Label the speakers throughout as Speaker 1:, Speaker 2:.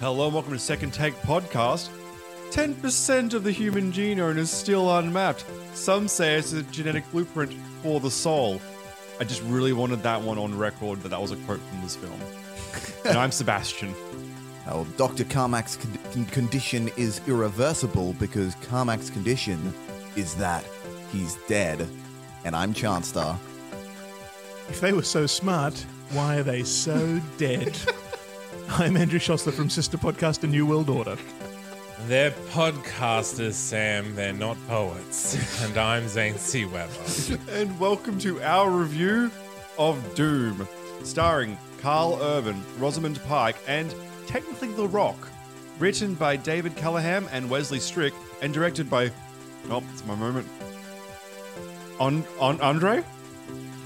Speaker 1: Hello and welcome to Second Take Podcast. 10% of the human genome is still unmapped. Some say it's a genetic blueprint for the soul. I just really wanted that one on record that that was a quote from this film. and I'm Sebastian.
Speaker 2: Oh, Dr. Carmack's con- con- condition is irreversible because Carmack's condition is that he's dead. And I'm Chanstar.
Speaker 3: If they were so smart, why are they so dead? I'm Andrew Schossler from Sister Podcast A New World Order.
Speaker 4: They're podcasters, Sam. They're not poets. And I'm Zane C. Weber.
Speaker 1: And welcome to our review of Doom, starring Carl Urban, Rosamund Pike, and technically The Rock. Written by David Callahan and Wesley Strick, and directed by. Oh, it's my moment. On, on Andre?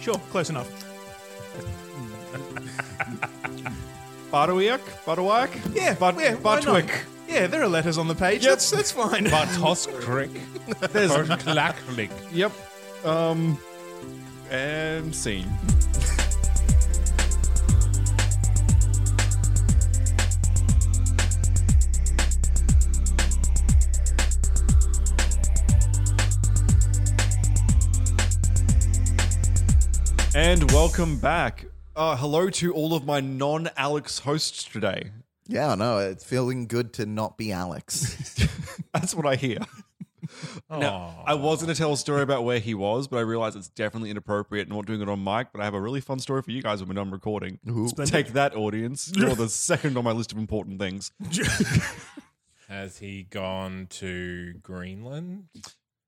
Speaker 3: Sure, close enough.
Speaker 1: Bardowiak? Bardowiak?
Speaker 3: Yeah,
Speaker 1: Bart-
Speaker 3: yeah, why not?
Speaker 1: Bartwick.
Speaker 3: Yeah, there are letters on the page.
Speaker 1: Yep.
Speaker 3: That's, uh, that's fine.
Speaker 4: Bartosz Crick. There's Clackling.
Speaker 1: Yep. Um, and scene. And welcome back. Uh, hello to all of my non-Alex hosts today.
Speaker 2: Yeah, I know. It's feeling good to not be Alex.
Speaker 1: That's what I hear. Now, I was going to tell a story about where he was, but I realized it's definitely inappropriate not doing it on mic. But I have a really fun story for you guys when we're done recording. Take that, audience. You're the second on my list of important things.
Speaker 4: Has he gone to Greenland?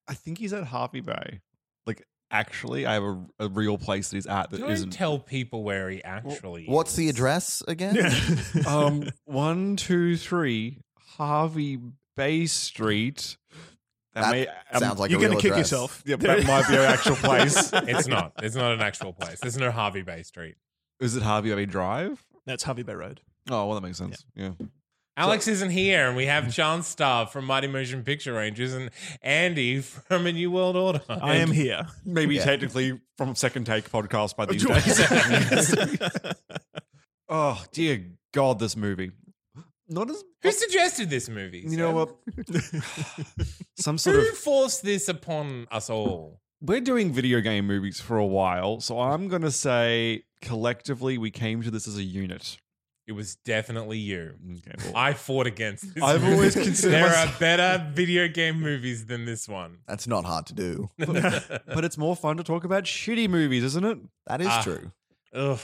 Speaker 1: I think he's at Harvey Bay. Like, actually, I have a, a real place that he's at that
Speaker 4: Don't
Speaker 1: isn't.
Speaker 4: tell people where he actually
Speaker 2: What's the
Speaker 4: is.
Speaker 2: address again?
Speaker 1: um, one, two, three, Harvey Bay Street. That,
Speaker 2: That
Speaker 1: may- um,
Speaker 2: sounds like
Speaker 3: You're
Speaker 2: a
Speaker 3: going
Speaker 2: real
Speaker 3: to kick
Speaker 2: address.
Speaker 3: yourself.
Speaker 1: yeah, that might be our actual place.
Speaker 4: It's not. It's not an actual place. There's no Harvey Bay Street.
Speaker 1: Is it Harvey Bay Drive?
Speaker 3: That's Harvey Bay Road.
Speaker 1: Oh, well, that makes sense. yeah.
Speaker 4: Alex isn't here, and we have John Star from Mighty Motion Picture Rangers and Andy from A New World Order.
Speaker 3: I am here.
Speaker 1: maybe
Speaker 2: Yeah.
Speaker 1: technically from second take podcast by these days. oh dear God, this movie. Not as
Speaker 4: Who suggested this movie?
Speaker 1: you know
Speaker 4: Sam?
Speaker 1: what? Some sort
Speaker 4: Who
Speaker 1: of
Speaker 4: forced this upon us all?
Speaker 1: we're doing video game movies for a while, so I'm gonna say collectively we came to this as a unit.
Speaker 4: It was definitely you.
Speaker 1: Okay, well,
Speaker 4: I fought against this.
Speaker 1: I've always
Speaker 4: movie.
Speaker 1: considered
Speaker 4: there
Speaker 1: myself-
Speaker 4: are better video game movies than this one.
Speaker 2: That's not hard to do.
Speaker 1: but it's more fun to talk about shitty movies, isn't it?
Speaker 2: That is
Speaker 4: Ah.
Speaker 2: true.
Speaker 4: Ugh.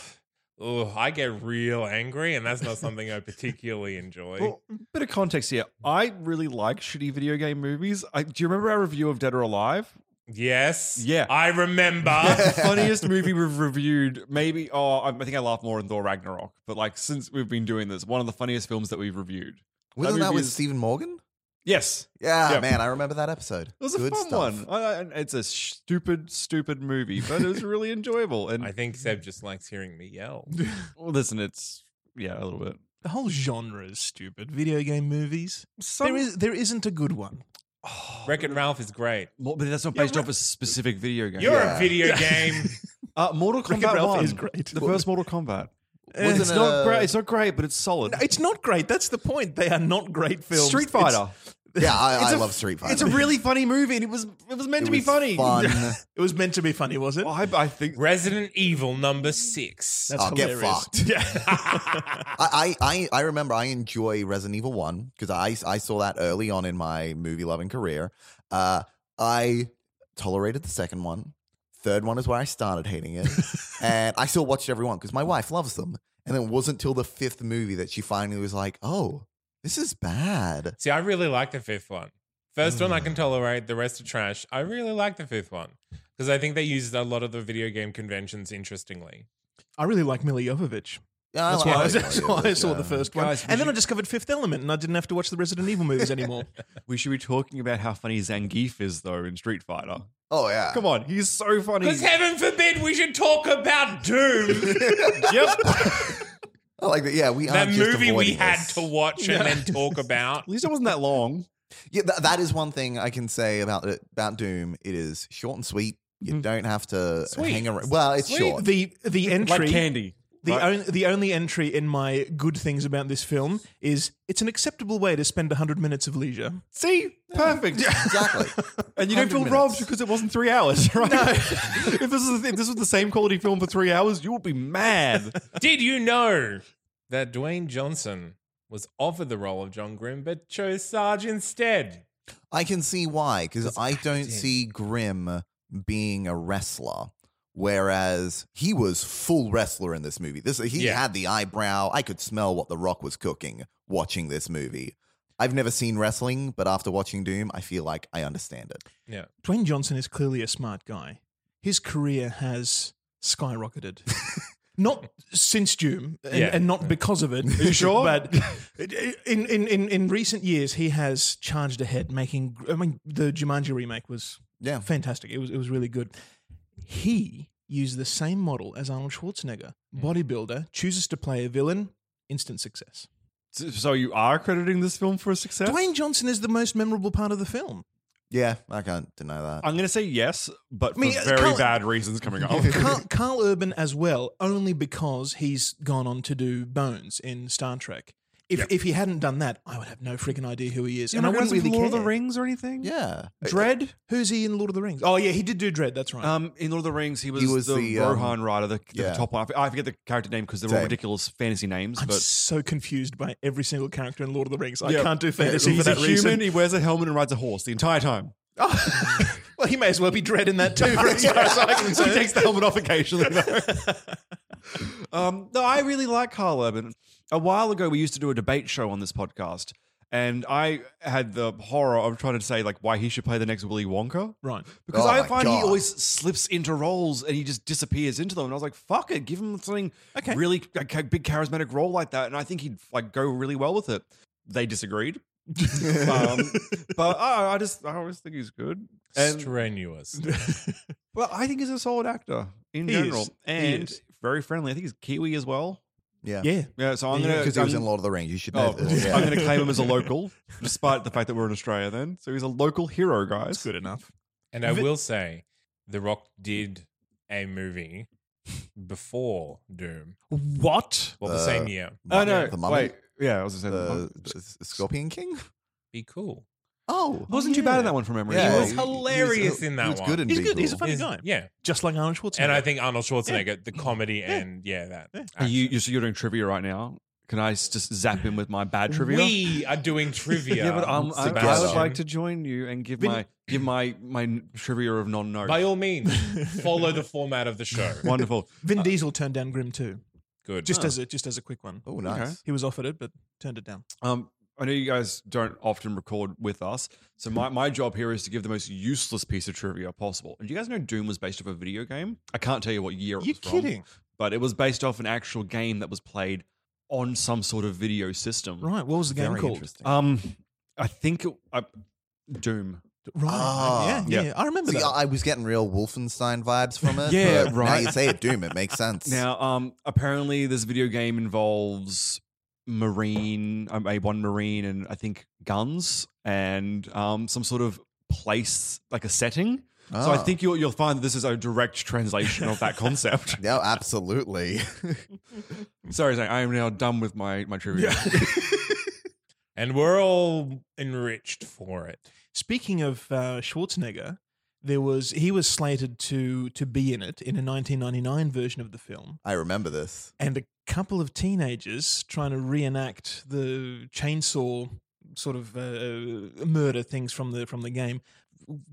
Speaker 4: Ugh, I get real angry, and that's not something I particularly enjoy.
Speaker 1: Well, bit of context here. I really like shitty video game movies. I, do you remember our review of Dead or Alive?
Speaker 4: yes.
Speaker 1: Yeah.
Speaker 4: I remember.
Speaker 1: the funniest movie we've reviewed, maybe. Oh, I I think I laugh more in Thor Ragnarok, but like since we've been doing this, one of the funniest films that we've reviewed.
Speaker 2: Wasn't that
Speaker 1: movie
Speaker 2: with
Speaker 1: is-
Speaker 2: Stephen Morgan?
Speaker 1: Yes,
Speaker 2: Yeah,
Speaker 1: Yeah.
Speaker 2: man, I remember that episode.
Speaker 1: it was a
Speaker 2: Good
Speaker 1: fun
Speaker 2: stuff.
Speaker 1: one. I, I, it's a stupid, stupid movie, but it was really enjoyable. And
Speaker 4: I think Seb just likes hearing me yell.
Speaker 1: well, listen, it's yeah, a little bit.
Speaker 3: The whole genre is stupid. Video game movies. there is there isn't a good one.
Speaker 4: Wreck It Ralph is great.
Speaker 1: More, but that's not
Speaker 3: Yeah,
Speaker 1: based
Speaker 3: Ra-
Speaker 1: off a specific video game.
Speaker 4: You're
Speaker 2: Yeah.
Speaker 4: a video game.
Speaker 1: uh, Mortal
Speaker 3: Wreck-It
Speaker 1: Kombat
Speaker 3: Ralph
Speaker 1: One
Speaker 3: is great.
Speaker 1: The first Mortal Kombat.
Speaker 2: Wasn't
Speaker 1: it's
Speaker 2: it
Speaker 1: not
Speaker 2: a-
Speaker 1: great. It's not great, but it's solid.
Speaker 3: It's not great. That's the point. They are not great films.
Speaker 1: Street
Speaker 3: It's-
Speaker 1: Fighter.
Speaker 2: Yeah, I,
Speaker 1: It's
Speaker 2: I
Speaker 1: a-
Speaker 2: love Street Fighter.
Speaker 1: It's a really funny movie, and it was it was meant
Speaker 2: It
Speaker 1: to be
Speaker 2: was
Speaker 1: funny.
Speaker 2: Fun.
Speaker 3: It was meant to be funny, was it?
Speaker 1: I, I think
Speaker 4: Resident Evil number six.
Speaker 3: That's
Speaker 2: Oh, get fucked.
Speaker 3: Yeah.
Speaker 2: I, I, I I remember I enjoy Resident Evil 1 because I, I saw that early on in my movie loving career. Uh, I tolerated the second one. Third one is where I started hating it. and I still watched every one because my wife loves them. And it wasn't till the fifth movie that she finally was like, oh, this is bad.
Speaker 4: See, I really like the fifth one. First one I
Speaker 2: Mm.
Speaker 4: can tolerate, the rest are trash. I really like the fifth one because I think they used a lot of the video game conventions interestingly.
Speaker 3: I really like Mila Jovovich.
Speaker 2: Yeah, I
Speaker 3: That's
Speaker 2: like- I
Speaker 3: why,
Speaker 2: like
Speaker 3: I, that's
Speaker 2: Resident
Speaker 3: why I
Speaker 2: Evil,
Speaker 3: saw
Speaker 2: yeah.
Speaker 3: the first one.
Speaker 1: Guys, would
Speaker 3: and then
Speaker 1: you-
Speaker 3: I discovered Fifth Element and I didn't have to watch the Resident Evil movies anymore.
Speaker 1: We should be talking about how funny Zangief is, though, in Street Fighter.
Speaker 2: Oh yeah.
Speaker 1: Come on, he's so funny.
Speaker 2: Mm.
Speaker 4: Because heaven forbid we should talk about Doom,
Speaker 1: yep.
Speaker 2: I like that. Yeah, we
Speaker 4: that
Speaker 2: aren't just
Speaker 4: movie we
Speaker 2: avoiding
Speaker 4: had
Speaker 2: this.
Speaker 4: to watch and then talk about.
Speaker 1: At least it wasn't that long.
Speaker 2: Yeah, that, that is one thing I can say about it, about Doom. It is short and sweet. You don't have to
Speaker 4: Sweet.
Speaker 2: hang around. Well, it's
Speaker 4: Sweet.
Speaker 2: short.
Speaker 3: the the entry
Speaker 5: Like candy.
Speaker 3: The,
Speaker 5: right?
Speaker 3: on, the only entry in my good things about this film is it's an acceptable way to spend 100 minutes of leisure.
Speaker 1: See? Perfect.
Speaker 2: exactly.
Speaker 1: And you don't feel
Speaker 2: 100
Speaker 1: robbed
Speaker 2: minutes.
Speaker 1: because it wasn't three hours, right? if, this is, if this was the same quality film for three hours, you would be mad.
Speaker 4: Did you know that Dwayne Johnson was offered the role of John Grimm but chose Sarge instead?
Speaker 2: I can see why because
Speaker 4: It's
Speaker 2: I don't
Speaker 4: acting.
Speaker 2: see Grimm being a wrestler, whereas he was full wrestler in this movie. This he
Speaker 4: Yeah.
Speaker 2: had the eyebrow. I could smell what The Rock was cooking watching this movie. I've never seen wrestling, but after watching Doom, I feel like I understand it.
Speaker 3: Dwayne Johnson is clearly a smart guy. His career has skyrocketed. not since Doom and,
Speaker 4: Yeah.
Speaker 3: and not because of it. Are
Speaker 1: you sure?
Speaker 3: But in, in, in, in recent years, he has charged ahead, making. I mean, the Jumanji remake was
Speaker 2: Yeah.
Speaker 3: fantastic. It was, it was really good. He used the same model as Arnold Schwarzenegger
Speaker 1: Mm.
Speaker 3: bodybuilder, chooses to play a villain, instant success.
Speaker 1: So you are crediting this film for a success?
Speaker 3: Dwayne Johnson is the most memorable part of the film.
Speaker 2: Yeah, I can't deny that.
Speaker 1: I'm going to say yes, but for
Speaker 3: mean,
Speaker 1: very
Speaker 3: Colin-
Speaker 1: bad reasons coming up.
Speaker 3: Carl, Carl Urban as well, only because he's gone on to do Bones in Star Trek. If, if he hadn't done that, I would have no freaking idea who he is, and I wouldn't really
Speaker 1: Lord of
Speaker 3: care.
Speaker 1: the Rings or anything?
Speaker 2: yeah.
Speaker 1: Dread?
Speaker 3: Who's he in Lord of the Rings? Oh yeah, he did do Dread. That's right.
Speaker 1: Uh, Um, in Lord of the Rings, he was,
Speaker 2: He was
Speaker 1: the,
Speaker 2: the, um,
Speaker 1: Rohan rider, the, the
Speaker 2: yeah.
Speaker 1: top one. I f- I forget the character name because they're all
Speaker 2: Same.
Speaker 1: ridiculous fantasy names.
Speaker 3: I'm
Speaker 1: but
Speaker 3: so confused by every single character in Lord of the Rings. I
Speaker 1: Yeah.
Speaker 3: can't do fantasy
Speaker 1: he's
Speaker 3: for that
Speaker 1: a human.
Speaker 3: reason.
Speaker 1: He wears a helmet and rides a horse the entire time.
Speaker 3: well, he may as well be Dread in that too. For as far as I'm
Speaker 1: So he
Speaker 3: concerned.
Speaker 1: takes the helmet off occasionally. Though. um, no, I really like Carl Urban. A while ago, we used to do a debate show on this podcast, and I had the horror of trying to say like why he should play the next Willy Wonka.
Speaker 3: Right.
Speaker 1: Because
Speaker 2: Oh
Speaker 1: I
Speaker 2: my
Speaker 1: find he
Speaker 2: God.
Speaker 1: always slips into roles and he just disappears into them. And I was like, "Fuck it, give him something
Speaker 3: Okay.
Speaker 1: really like, a big charismatic role like that." And I think he'd like go really well with it. They disagreed, um, but I, I just I always think he's good. And
Speaker 4: Strenuous.
Speaker 1: well, I think he's a solid actor in
Speaker 3: He
Speaker 1: general
Speaker 3: is. He
Speaker 1: and
Speaker 3: is.
Speaker 1: very friendly. I think he's Kiwi as well.
Speaker 2: Yeah.
Speaker 3: Yeah.
Speaker 1: Yeah, so I'm gonna
Speaker 2: Because he was
Speaker 1: I'm-
Speaker 2: in Lord of the Rings. You should know
Speaker 1: Oh,
Speaker 2: this.
Speaker 1: I'm
Speaker 2: Yeah.
Speaker 1: going to claim him as a local, despite the fact that we're in Australia. Then, so he's a local hero, guys.
Speaker 3: That's good enough.
Speaker 4: And I will say, The Rock did a movie before Doom.
Speaker 3: What?
Speaker 4: Well, the
Speaker 2: Uh,
Speaker 4: same year.
Speaker 1: Oh no,
Speaker 2: The mummy.
Speaker 1: wait, yeah, I was going to say the
Speaker 2: The
Speaker 1: mummy.
Speaker 2: S- Scorpion King?
Speaker 4: Be cool.
Speaker 2: Oh.
Speaker 1: wasn't too bad in that one from memory.
Speaker 2: Yeah,
Speaker 4: was hilarious
Speaker 2: he
Speaker 4: in that
Speaker 2: he was
Speaker 4: one.
Speaker 2: good in
Speaker 3: He's good. He's a
Speaker 2: Beagle.
Speaker 3: funny
Speaker 4: Is-
Speaker 3: guy.
Speaker 4: Yeah.
Speaker 3: Just like Arnold Schwarzenegger.
Speaker 4: And I think Arnold Schwarzenegger, the comedy and yeah, that.
Speaker 1: Are
Speaker 4: action.
Speaker 1: you you're, so you're doing trivia right now. Can I s- just zap him with my bad trivia?
Speaker 4: We are doing trivia.
Speaker 1: yeah, but um, I, I would
Speaker 4: Sebastian.
Speaker 1: like to join you and give my give my my n- trivia of non no.
Speaker 4: By all means, follow the format of the show.
Speaker 1: Wonderful.
Speaker 3: Vin Diesel turned down Grimm too.
Speaker 4: Good.
Speaker 3: Just as a just as a quick one.
Speaker 2: Oh, nice.
Speaker 1: Okay.
Speaker 3: He was offered it, but turned it down.
Speaker 1: Um, I know you guys don't often record with us, so my, my job here is to give the most useless piece of trivia possible. And do you guys know Doom was based off a video game? I can't tell you what year it
Speaker 3: You're
Speaker 1: was from,
Speaker 3: kidding.
Speaker 1: but it was based off an actual game that was played on some sort of video system.
Speaker 3: Right. What was the game
Speaker 2: Very
Speaker 3: called? Uh,
Speaker 2: interesting.
Speaker 1: Um, I think it, I, Uh, Doom.
Speaker 3: Right.
Speaker 2: Ah.
Speaker 3: yeah, yeah,
Speaker 1: Yeah.
Speaker 3: I remember
Speaker 2: See,
Speaker 3: that.
Speaker 2: I I was getting real Wolfenstein vibes from it.
Speaker 1: Yeah,
Speaker 2: but Now
Speaker 1: right.
Speaker 2: you say it, Doom. It makes sense.
Speaker 1: Now, um, apparently this video game involves marine, um, a one marine, and I think guns and um, some sort of place like a setting. So I
Speaker 2: Ah.
Speaker 1: think you'll you'll find that this is a direct translation of that concept.
Speaker 2: No, absolutely.
Speaker 1: Sorry, Zane, I am now done with my my trivia.
Speaker 4: and we're all enriched for it.
Speaker 3: Speaking of uh, Schwarzenegger, there was he was slated to to be in it in a 1999 version of the film,
Speaker 2: I remember this.
Speaker 3: and a couple of teenagers trying to reenact the chainsaw sort of uh, murder things from the from the game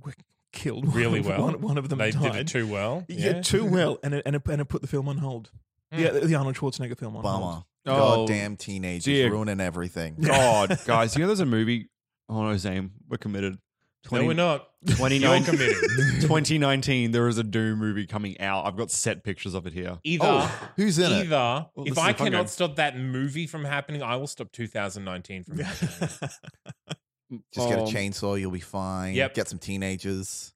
Speaker 3: were killed One
Speaker 4: Really
Speaker 3: of-
Speaker 4: well.
Speaker 3: One, one of them
Speaker 4: They
Speaker 3: died.
Speaker 4: did it too well.
Speaker 3: Yeah, too well, and it, and it, and it put the film on hold. Yeah,
Speaker 4: Mm.
Speaker 3: the Arnold Schwarzenegger film on hold.
Speaker 2: Bummer.
Speaker 1: Oh,
Speaker 2: Goddamn teenagers
Speaker 1: dear.
Speaker 2: ruining everything.
Speaker 1: God, guys, you know there's a movie. Oh no, Zane, Oh, we're committed.
Speaker 4: No, we're not.
Speaker 1: 29
Speaker 4: You're committed.
Speaker 1: 2019, there is a Doom movie coming out. I've got set pictures of it here. Oh,
Speaker 4: Either.
Speaker 2: Who's in it?
Speaker 4: Either,
Speaker 1: Well, this
Speaker 4: if
Speaker 1: is
Speaker 4: I
Speaker 1: a fun
Speaker 4: cannot
Speaker 1: game.
Speaker 4: stop that movie from happening, I will stop 2019 from happening.
Speaker 2: Just get a
Speaker 1: Oh.
Speaker 2: chainsaw, you'll be fine.
Speaker 4: Yep.
Speaker 2: Get some teenagers.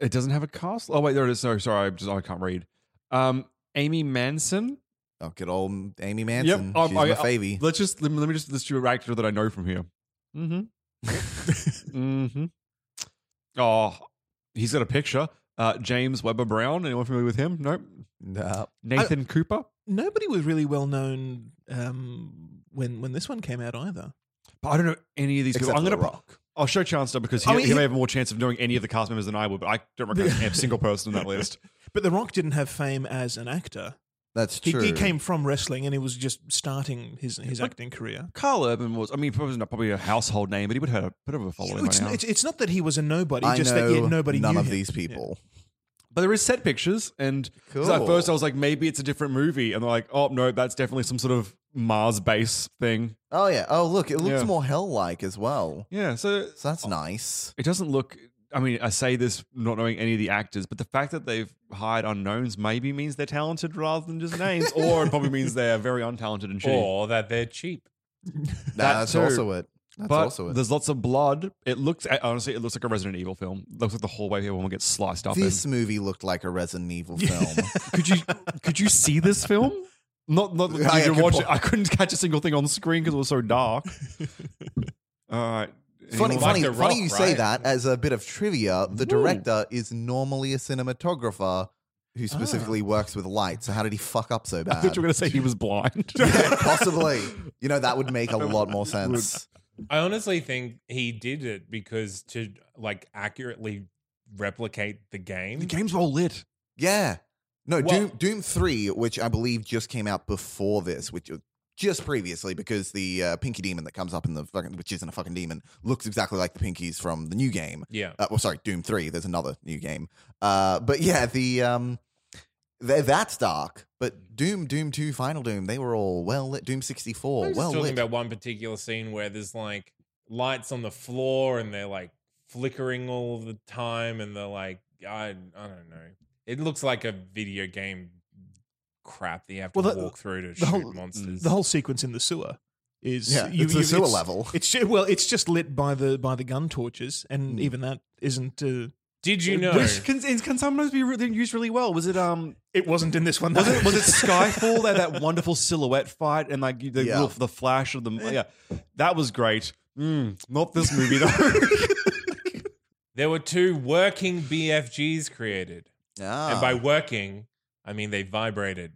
Speaker 1: It doesn't have a cast. Oh wait, there it is. No, sorry, I just I can't read. Um, Amy Manson.
Speaker 2: Oh, good old Amy Manson.
Speaker 1: um,
Speaker 2: She's
Speaker 1: I-
Speaker 2: my
Speaker 1: I-
Speaker 2: favy.
Speaker 1: Let's just let me, let me just let's do an actor that I know from here. Mm-hmm. mm-hmm. Oh, he's got a picture. Uh, James Weber Brown. Anyone familiar with him? Nope.
Speaker 2: No.
Speaker 1: Nathan Cooper.
Speaker 3: Nobody was really well known um, when when this one came out either.
Speaker 1: But I don't know any of these people.
Speaker 2: Except
Speaker 1: I'm
Speaker 2: for
Speaker 1: gonna.
Speaker 2: The Rock.
Speaker 1: I'll show Chancellor because he,
Speaker 3: I mean,
Speaker 1: Oh, he may
Speaker 3: he-
Speaker 1: have more chance of knowing any of the cast members than I would. But I don't recognize a single person in that list.
Speaker 3: But The Rock didn't have fame as an actor.
Speaker 2: That's
Speaker 3: He,
Speaker 2: true.
Speaker 3: he came from wrestling and he was just starting his, his acting career.
Speaker 1: Carl Urban was. I mean, probably not probably a household name, but he would have had a bit of a following. by
Speaker 3: It's,
Speaker 1: now.
Speaker 3: it's, it's not that he was a nobody,
Speaker 2: I
Speaker 3: just
Speaker 2: know
Speaker 3: that yeah, nobody
Speaker 2: none
Speaker 3: knew
Speaker 2: of
Speaker 3: him.
Speaker 2: these
Speaker 3: Yeah.
Speaker 2: people.
Speaker 1: But there is set pictures, and so at
Speaker 2: Cool.
Speaker 1: first I was like, maybe it's a different movie, and they're like, oh no, that's definitely some sort of Mars base thing.
Speaker 2: Oh yeah. Oh look, it looks
Speaker 1: Yeah. Uh,
Speaker 2: more hell-like as well.
Speaker 1: Yeah, so
Speaker 2: So that's nice.
Speaker 1: it doesn't look. I mean, I say this not knowing any of the actors, but the fact that they've hired unknowns maybe means they're talented rather than just names, or it probably means they're very untalented and shitty.
Speaker 4: or that they're cheap.
Speaker 2: Nah, that's
Speaker 1: too.
Speaker 2: also it. That's
Speaker 1: but
Speaker 2: also it.
Speaker 1: there's lots of blood. It looks honestly, it looks like a Resident Evil film. Looks like the hallway here when we get sliced up. in.
Speaker 2: This movie looked like a Resident Evil film.
Speaker 1: could you could you see this film? Not not
Speaker 2: I
Speaker 1: I,
Speaker 2: could
Speaker 1: watch it.
Speaker 2: po-
Speaker 1: I couldn't catch a single thing on screen because it was so dark. All right.
Speaker 2: funny,
Speaker 1: Anyone-
Speaker 2: funny,
Speaker 4: The
Speaker 2: funny.
Speaker 4: Rock,
Speaker 2: You say
Speaker 4: right?
Speaker 2: that as a bit of trivia. The director is normally a cinematographer who specifically works with light. So how did he fuck up so
Speaker 1: I thought
Speaker 2: bad?
Speaker 1: you were going to say he was blind.
Speaker 2: Possibly. You know that would make a lot more sense.
Speaker 4: I honestly think he did it because to like accurately replicate the game.
Speaker 1: the game's well lit.
Speaker 2: Yeah. No,
Speaker 4: Well-
Speaker 2: Doom Doom Three, which I believe just came out before this, which was just previously, because the uh, Pinky Demon that comes up in the fucking, which isn't a fucking demon, looks exactly like the Pinkies from the new game.
Speaker 4: Yeah.
Speaker 2: Uh, well, sorry, Doom Three. There's another new game. Uh, but yeah, the um, th- that's dark. But Doom, Doom Two, Final Doom, they were all well lit. Doom sixty
Speaker 4: I'm
Speaker 2: four,
Speaker 4: just
Speaker 2: Oh, well
Speaker 4: talking
Speaker 2: lit.
Speaker 4: about one particular scene where there's like lights on the floor and they're like flickering all the time and they're like I I don't know. It looks like a video game crap that you have to
Speaker 3: Well, the-
Speaker 4: walk through to
Speaker 3: the
Speaker 4: shoot
Speaker 3: whole-
Speaker 4: monsters.
Speaker 3: The whole sequence in the sewer is
Speaker 2: yeah, it's the sewer level.
Speaker 3: It's ju- well, it's just lit by the by the gun torches, and
Speaker 2: Hmm.
Speaker 3: even that isn't. Uh,
Speaker 4: Did you know?
Speaker 1: Which can, it can sometimes be re- used really well. Was it um
Speaker 3: it wasn't in this one.
Speaker 1: was
Speaker 3: though.
Speaker 1: it was it Skyfall that that wonderful silhouette fight and like the
Speaker 2: Yeah. Eh.
Speaker 1: little, the flash of the yeah that was great. Mm, not this movie though.
Speaker 4: There were two working BFGs created.
Speaker 2: Ah,
Speaker 4: And by working, I mean they vibrated.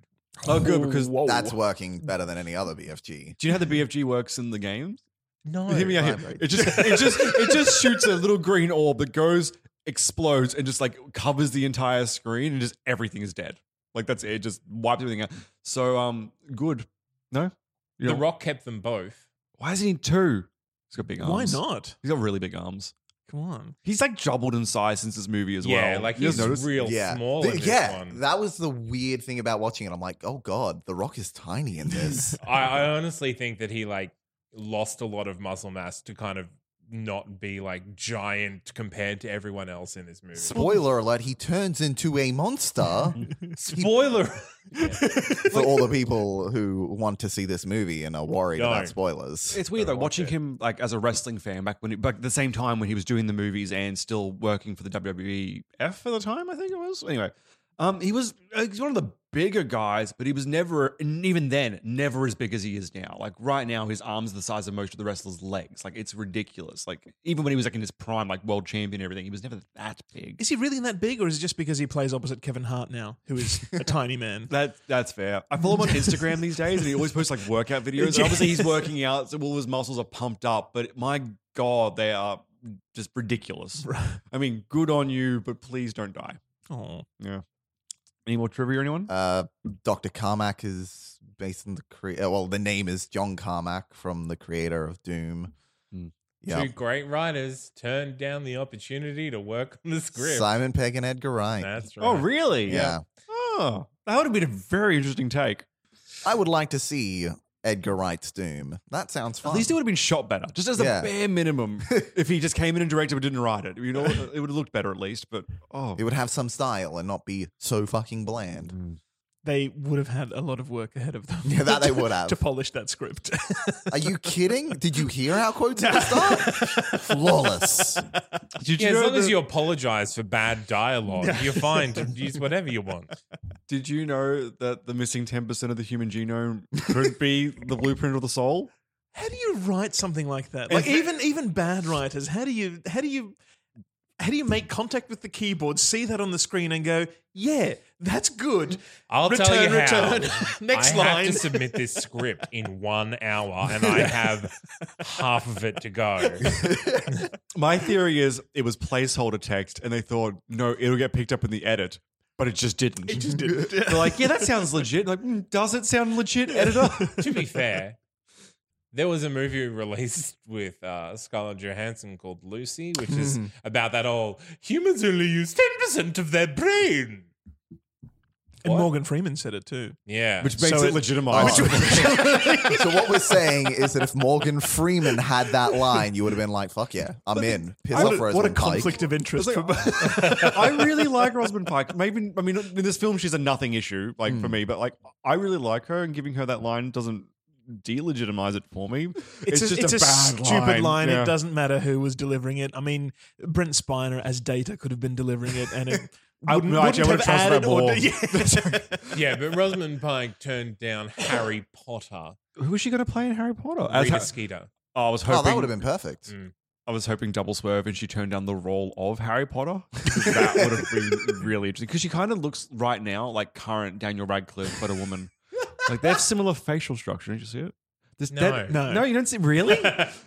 Speaker 1: oh, good because
Speaker 2: that's working better than any other BFG.
Speaker 1: do you know how the BFG works in the games?
Speaker 4: No.
Speaker 1: Hear me out here.
Speaker 2: vibrate.
Speaker 1: It just it just it just shoots a little green orb that goes, explodes, and just like covers the entire screen and just everything is dead. Like that's it. It just wipes everything out. So um good. No? You
Speaker 4: The
Speaker 1: know-
Speaker 4: Rock kept them both.
Speaker 1: Why is he in two? He's got big
Speaker 3: Why
Speaker 1: arms.
Speaker 3: not?
Speaker 1: He's got really big arms.
Speaker 3: Come on.
Speaker 1: He's like doubled in size since this movie as well.
Speaker 4: yeah, like
Speaker 1: You guys
Speaker 4: he's
Speaker 1: notice?
Speaker 4: real small
Speaker 2: The-
Speaker 4: in this
Speaker 2: yeah,
Speaker 4: one.
Speaker 2: that was the weird thing about watching it. I'm like, oh god, The Rock is tiny in this.
Speaker 4: I, I honestly think that he like lost a lot of muscle mass to kind of not be like giant compared to everyone else in this movie.
Speaker 2: Spoiler alert: He turns into a monster.
Speaker 4: Spoiler.
Speaker 2: for all the people who want to see this movie and are worried
Speaker 4: No.
Speaker 2: about spoilers.
Speaker 1: It's weird though
Speaker 4: Gotta watch
Speaker 1: watching
Speaker 4: it.
Speaker 1: him like as a wrestling fan back when, he, back at the same time when he was doing the movies and still working for the WWF at the time. I think it was anyway. Um, he was uh, he's one of the bigger guys, but he was never and even then never as big as he is now. Like right now, his arms are the size of most of the wrestlers' legs. Like it's ridiculous. Like even when he was like in his prime, like world champion, and everything, he was never that big.
Speaker 3: Is he really that big, or is it just because he plays opposite Kevin Hart now, who is a tiny man?
Speaker 1: That that's fair. I follow him on Instagram these days, and he always posts like workout videos. And obviously, he's working out, so all his muscles are pumped up. But my god, they are just ridiculous. I mean, good on you, but please don't die.
Speaker 3: Oh,
Speaker 1: Yeah. Any more trivia, anyone?
Speaker 2: Uh, Dr. Carmack is based on the cre- uh, well, the name is John Carmack from the creator of Doom.
Speaker 1: Hmm.
Speaker 2: Yeah,
Speaker 4: Two great writers turned down the opportunity to work on the script.
Speaker 2: Simon Pegg and Edgar Wright.
Speaker 4: That's right.
Speaker 1: oh, really?
Speaker 2: yeah.
Speaker 1: Oh, that would have been a very interesting take.
Speaker 2: I would like to see Edgar Wright's Doom. That sounds fun.
Speaker 1: At least it would have been shot better, just as
Speaker 2: Yeah.
Speaker 1: a bare minimum. if he just came in and directed but didn't write it, you know, it would have looked better at least. But oh,
Speaker 2: it would have some style and not be so fucking bland.
Speaker 3: They would have had a lot of work ahead of them.
Speaker 2: Yeah, that they would have.
Speaker 3: to polish that script.
Speaker 2: Are you kidding? Did you hear our quotes at the start? Flawless.
Speaker 1: did
Speaker 4: Yeah, as
Speaker 1: know
Speaker 4: long as
Speaker 1: the-
Speaker 4: you apologize for bad dialogue, you're fine to use whatever you want.
Speaker 1: Did you know that the missing ten percent of the human genome could be the blueprint of the soul?
Speaker 3: how do you write something like that? Like even even bad writers, how do you how do you how do you make contact with the keyboard, see that on the screen, and go, yeah, that's good.
Speaker 4: I'll
Speaker 3: return,
Speaker 4: tell you how.
Speaker 3: return. Next
Speaker 4: I
Speaker 3: line.
Speaker 4: have to submit this script in one hour, and I have half of it to go.
Speaker 1: My theory is it was placeholder text, and they thought, no, it'll get picked up in the edit, but it just didn't. It just didn't. They're like, yeah, that sounds legit. Like, mm, does it sound legit, editor?
Speaker 4: to be fair, there was a movie released with uh, Scarlett Johansson called Lucy, which is
Speaker 1: Hmm.
Speaker 4: about that whole humans only use ten percent of their brain.
Speaker 3: and Morgan Freeman said it too.
Speaker 4: Yeah,
Speaker 1: Which makes
Speaker 3: So
Speaker 1: it,
Speaker 3: it-
Speaker 1: legitimized.
Speaker 2: so what we're saying is that if Morgan Freeman had that line, you would have been like, "Fuck yeah, I'm in." Piss
Speaker 1: I
Speaker 2: off,
Speaker 1: would-
Speaker 2: Rosamund
Speaker 3: What a
Speaker 2: Pike.
Speaker 3: conflict of
Speaker 1: It's
Speaker 3: interest.
Speaker 1: like,
Speaker 3: for-
Speaker 1: I really like Rosamund Pike. Maybe I mean in this film she's a nothing issue, like for me, but like I really like her, and giving her that line doesn't delegitimize it for me. It's, just a, bad
Speaker 3: stupid line.
Speaker 1: Yeah.
Speaker 3: It doesn't matter who was delivering it. I mean, Brent Spiner as Data could have been delivering it, and it
Speaker 1: I-
Speaker 3: wouldn't,
Speaker 1: no, actually, I would've
Speaker 3: wouldn't have added or
Speaker 1: trusted
Speaker 4: yeah, but Rosamund Pike turned down Harry Potter,
Speaker 1: Who is she going to play in Harry Potter? As
Speaker 4: Rita
Speaker 1: ha-
Speaker 4: Skeeter.
Speaker 1: I was hoping
Speaker 2: Oh, that would have been perfect.
Speaker 1: I was hoping double swerve, and she turned down the role of Harry Potter. 'Cause that would have been really interesting because she kind of looks right now like current Daniel Radcliffe, but a woman. Like they have similar facial structure. Did you see it? This,
Speaker 4: No.
Speaker 3: No.
Speaker 1: no, you don't see really.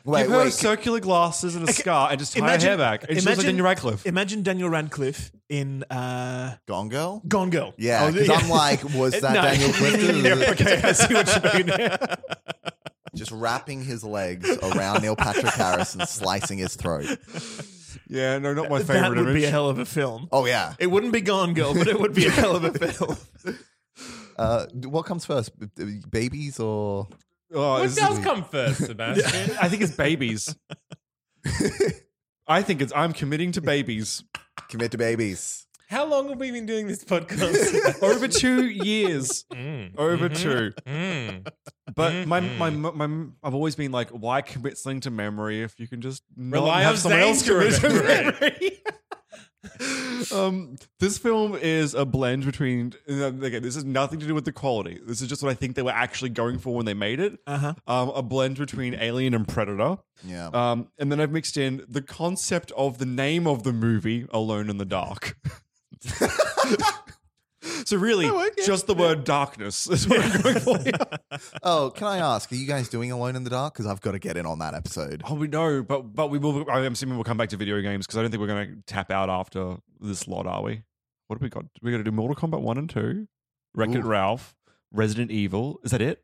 Speaker 2: Wait,
Speaker 1: Give her
Speaker 2: wait.
Speaker 1: circular glasses and a scar and just tie her hair back. And she looks like Daniel Radcliffe.
Speaker 3: Imagine Daniel Radcliffe in uh,
Speaker 2: Gone Girl.
Speaker 3: Gone Girl.
Speaker 2: Yeah,
Speaker 3: Oh,
Speaker 2: 'cause I'm like, was that
Speaker 3: No.
Speaker 2: Daniel Clifton?
Speaker 3: Yeah, okay, I see what you mean.
Speaker 2: Just wrapping his legs around Neil Patrick Harris and slicing his throat.
Speaker 1: yeah, no, not my
Speaker 3: that
Speaker 1: favorite
Speaker 3: would
Speaker 1: image.
Speaker 3: be a hell of a film.
Speaker 2: Oh yeah.
Speaker 3: It wouldn't be Gone Girl, but it would be a hell of a film.
Speaker 2: Uh, what comes first, B- b- babies or?
Speaker 1: Oh,
Speaker 4: What
Speaker 1: this is-
Speaker 4: does come first, Sebastian?
Speaker 1: I think it's babies. I think it's I'm committing to babies
Speaker 2: Commit to babies.
Speaker 4: How long have we been doing this podcast?
Speaker 1: over two years.
Speaker 4: Mm,
Speaker 1: Over
Speaker 4: mhm,
Speaker 1: two.
Speaker 4: mm. Mm-hmm.
Speaker 1: But my, my my I've always been like, why commit something to memory if you can just not
Speaker 4: Rely
Speaker 1: have
Speaker 4: on
Speaker 1: someone else
Speaker 4: Zane to
Speaker 1: commit to
Speaker 4: remember
Speaker 1: memory? um, this film is a blend between. Okay, this is nothing to do with the quality. This is just what I think they were actually going for when they made it.
Speaker 3: Uh-huh.
Speaker 1: Um, a blend between Alien and Predator.
Speaker 2: Yeah.
Speaker 3: Uh,
Speaker 1: Um, and then I've mixed in the concept of the name of the movie, Alone in the Dark. so really, just the word darkness is what I'm going for. here.
Speaker 2: Oh, can I ask? Are you guys doing Alone in the Dark? Because I've got to get in on that episode.
Speaker 1: Oh, we know, but but we will. I'm assuming we'll come back to video games because I don't think we're going to tap out after this lot, are we? What have we got? We're going to do Mortal Kombat one and two, Wreck It
Speaker 2: Ooh.
Speaker 1: Ralph, Resident Evil. Is that it?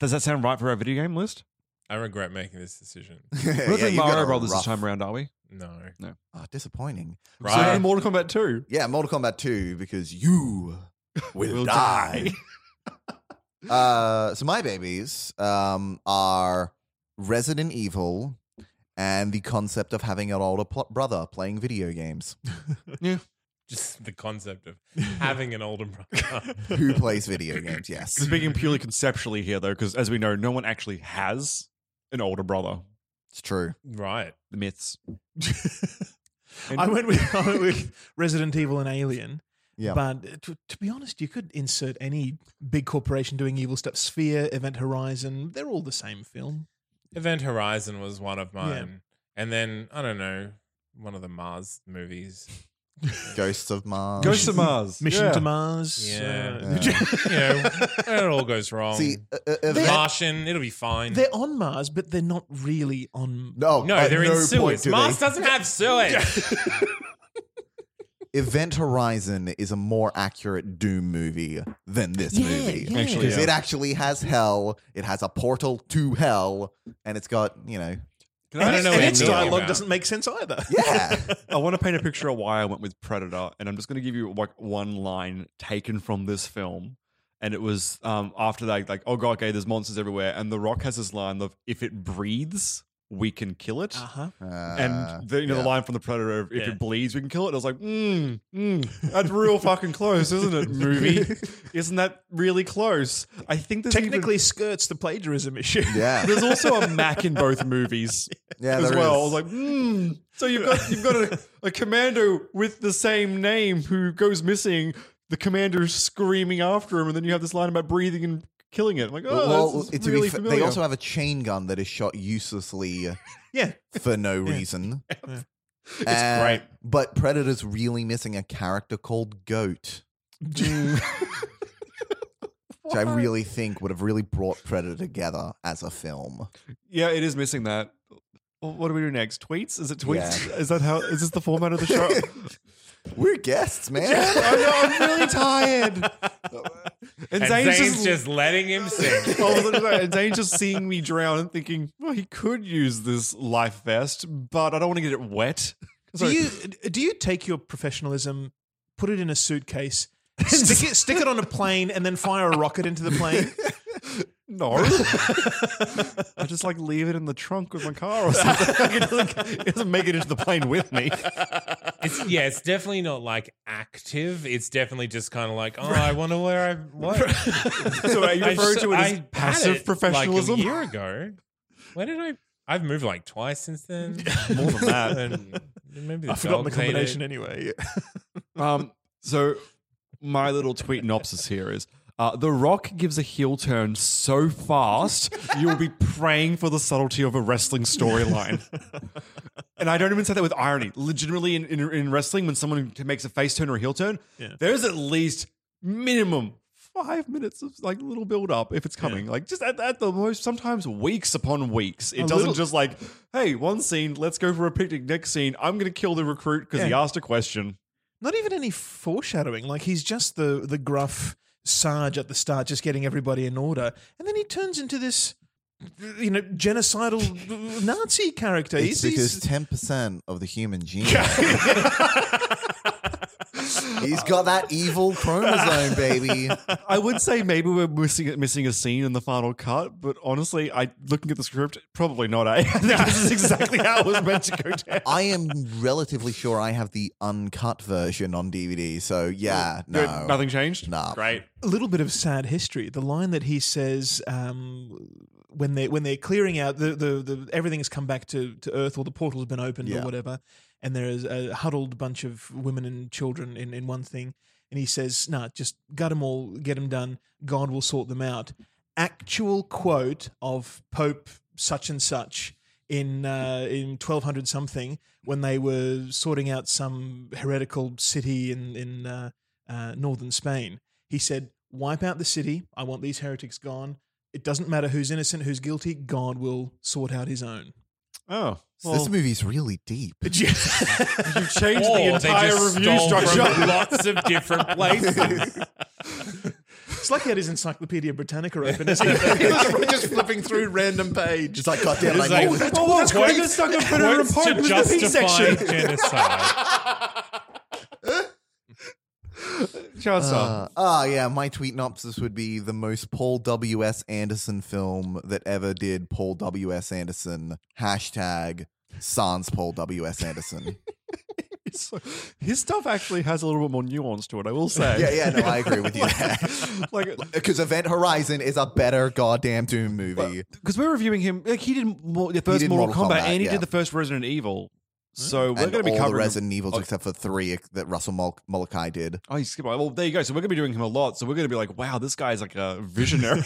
Speaker 1: Does that sound right for our video game list?
Speaker 4: I regret making this decision.
Speaker 2: Yeah,
Speaker 1: We're not doing
Speaker 2: you've got
Speaker 1: Mario
Speaker 2: a
Speaker 1: Brothers
Speaker 2: rough-
Speaker 1: this time around, are we?
Speaker 4: No.
Speaker 2: Oh, disappointing.
Speaker 1: So we're
Speaker 4: Right.
Speaker 1: doing Mortal Kombat two.
Speaker 2: Yeah, Mortal Kombat 2 because you will
Speaker 1: Will
Speaker 2: die. uh, so my babies um, are Resident Evil and the concept of having an older pl- brother playing video games.
Speaker 4: Just the concept of having an older brother.
Speaker 2: Who plays video games? Yes.
Speaker 1: Speaking purely conceptually here, though, because as we know, no one actually has an older brother.
Speaker 2: It's true.
Speaker 4: right.
Speaker 1: The myths.
Speaker 3: I went with I went with Resident Evil and Alien.
Speaker 2: Yeah.
Speaker 3: But to, to be honest, you could insert any big corporation doing evil stuff. Sphere, Event Horizon, they're all the same film.
Speaker 4: Event Horizon was one of mine. And then, I don't know, one of the Mars movies.
Speaker 2: Ghosts of Mars.
Speaker 1: Ghosts of Mars.
Speaker 3: Mission
Speaker 1: Yeah.
Speaker 3: to Mars.
Speaker 4: Yeah.
Speaker 3: uh,
Speaker 4: you know, it all goes wrong.
Speaker 2: See, uh, uh, uh,
Speaker 4: The
Speaker 2: that-
Speaker 4: Martian, it'll be fine.
Speaker 3: uh, They're on Mars, but they're not really on.
Speaker 2: no,
Speaker 4: no,
Speaker 2: at
Speaker 4: they're in
Speaker 2: no point
Speaker 4: sewers.
Speaker 2: do they-
Speaker 4: Mars doesn't have sewers.
Speaker 2: Event Horizon is a more accurate Doom movie than this
Speaker 3: Yeah,
Speaker 2: movie.
Speaker 3: yeah.
Speaker 1: Actually,
Speaker 2: Because
Speaker 1: yeah.
Speaker 2: it actually has hell, it has a portal to hell, and it's got, you know,
Speaker 4: I don't know
Speaker 3: And
Speaker 4: what
Speaker 3: its
Speaker 4: you're talking
Speaker 3: dialogue
Speaker 4: about.
Speaker 3: doesn't make sense either.
Speaker 2: yeah.
Speaker 1: I want to paint a picture of why I went with Predator, and I'm just going to give you like one line taken from this film, and it was um, after that, like, oh god, okay, there's monsters everywhere, and The Rock has this line of, "If it breathes, we can kill it."
Speaker 3: huh.
Speaker 1: And the, you know
Speaker 2: Uh, yeah.
Speaker 1: the line from the Predator, of, "If
Speaker 3: Yeah.
Speaker 1: it bleeds, we can kill it." And I was like, mm, mm, "That's real fucking close, isn't it, movie? Isn't that really close?" I think there's even-
Speaker 3: Technically skirts the plagiarism issue.
Speaker 2: Yeah.
Speaker 1: there's also a Mac in both movies
Speaker 2: Yeah,
Speaker 1: as
Speaker 2: there
Speaker 1: well. I was
Speaker 2: is.
Speaker 1: like, mm. so you've got you've got a, a commando with the same name who goes missing. The commander's screaming after him, and then you have this line about breathing and killing it. I'm like, oh,
Speaker 2: well,
Speaker 1: that's
Speaker 2: to
Speaker 1: really
Speaker 2: be fa-
Speaker 1: familiar.
Speaker 2: they also have a chain gun that is shot uselessly
Speaker 3: Yeah.
Speaker 2: for no reason. It's
Speaker 1: great.
Speaker 2: But Predator's really missing a character called Goat. Which I really think would have really brought Predator together as a film.
Speaker 1: yeah, it is missing that. Well, What do we do next? Tweets? Is it tweets?
Speaker 2: Yeah.
Speaker 1: Is that how? Is this the format of the show?
Speaker 2: We're guests, man.
Speaker 1: I know, I'm really tired. And,
Speaker 4: And
Speaker 1: Zane's,
Speaker 4: Zane's, just, letting him sing.
Speaker 1: I was looking at it, and Dane just seeing me drown and thinking, well, he could use this life vest, but I don't want to get it wet.
Speaker 3: Do
Speaker 1: Sorry.
Speaker 3: you do you take your professionalism, put it in a suitcase, stick it stick it on a plane, and then fire a rocket into the plane?
Speaker 1: No. I just like leave it in the trunk of my car or something. It doesn't, it doesn't make it into the plane with me.
Speaker 4: It's, yeah, it's definitely not like active. It's definitely just kind of like, oh, I wonder where I what.
Speaker 1: So are you
Speaker 4: I
Speaker 1: referring
Speaker 4: s-
Speaker 1: to it
Speaker 4: I
Speaker 1: as
Speaker 4: had
Speaker 1: passive
Speaker 4: it,
Speaker 1: professionalism?
Speaker 4: Like a year ago, where did I? I've moved like twice since then.
Speaker 1: More than that.
Speaker 4: And maybe
Speaker 3: I've forgotten the
Speaker 4: dog ate it.
Speaker 3: combination anyway.
Speaker 1: Um, so my little tweet synopsis here is. Uh, the Rock gives a heel turn so fast, you'll be praying for the subtlety of a wrestling storyline. and I don't even say that with irony. Legitimately, in, in, in wrestling, when someone makes a face turn or a heel turn,
Speaker 3: Yeah.
Speaker 1: there's at least minimum five minutes of like little build up if it's coming. Like just at, at the most, sometimes weeks upon weeks. It doesn't
Speaker 3: little-
Speaker 1: just like, hey, one scene, let's go for a picnic. Next scene, I'm going to kill the recruit because he
Speaker 3: Yeah.
Speaker 1: asked a question.
Speaker 3: Not even any foreshadowing. Like he's just the the gruff Sarge at the start, just getting everybody in order, and then he turns into this, you know, genocidal Nazi character.
Speaker 2: It's
Speaker 3: He's- he's-
Speaker 2: because ten percent of the human gene. He's got that evil chromosome, baby.
Speaker 1: I would say maybe we're missing missing a scene in the final cut, but honestly, I looking at the script, probably not. Eh? this is exactly how it was meant to go down.
Speaker 2: I am relatively sure I have the uncut version on DVD. So yeah, no,
Speaker 1: Good, nothing changed.
Speaker 2: No.
Speaker 1: great.
Speaker 3: a little bit of sad history. The line that he says um, when they when they're clearing out the, the, the everything's come back to, to Earth or the portal's been opened
Speaker 2: Yeah.
Speaker 3: or whatever, and there is a huddled bunch of women and children in, in one thing, and he says, "Nah, just gut them all, get them done. God will sort them out." Actual quote of Pope such and such in uh, in twelve hundred something when they were sorting out some heretical city in in uh, uh, northern Spain. He said, "Wipe out the city. I want these heretics gone. It doesn't matter who's innocent, who's guilty. God will sort out His own."
Speaker 1: Oh,
Speaker 2: So this movie's really deep.
Speaker 1: you changed the
Speaker 4: Or they
Speaker 1: entire
Speaker 4: just
Speaker 1: review
Speaker 4: stole from
Speaker 1: structure.
Speaker 4: lots of different places.
Speaker 3: It's like he had his Encyclopedia Britannica open. As he, he was just flipping through random page.
Speaker 2: It's like, goddamn,
Speaker 4: It's
Speaker 2: I
Speaker 4: like-
Speaker 2: know that.
Speaker 1: Oh, that's
Speaker 4: Quotes-
Speaker 1: great. It's stuck in Predator
Speaker 4: quotes
Speaker 1: and Pope in the
Speaker 4: to
Speaker 1: P
Speaker 4: justify
Speaker 1: section.
Speaker 4: genocide.
Speaker 1: Chancellor.
Speaker 2: Uh, ah, yeah, my tweet synopsis would be the most Paul W S Anderson film that ever did Paul W S Anderson hashtag sans Paul W S Anderson.
Speaker 1: So, his stuff actually has a little bit more nuance to it. I will say.
Speaker 2: yeah, yeah, no, I agree with you.
Speaker 1: Like,
Speaker 2: Because Event Horizon is a better goddamn Doom movie.
Speaker 1: because we're reviewing him, like he did more, the first
Speaker 2: did
Speaker 1: Mortal,
Speaker 2: Mortal
Speaker 1: Kombat,
Speaker 2: Kombat,
Speaker 1: and he
Speaker 2: yeah.
Speaker 1: did the first Resident Evil. So we're
Speaker 2: and
Speaker 1: going to
Speaker 2: all
Speaker 1: be covering
Speaker 2: the Resident Evils
Speaker 1: Oh,
Speaker 2: except for three that Russell Mol- Molokai did.
Speaker 1: Oh, you skip. Well, there you go. So we're gonna be doing him a lot. So we're gonna be like, wow, this guy's like a visionary.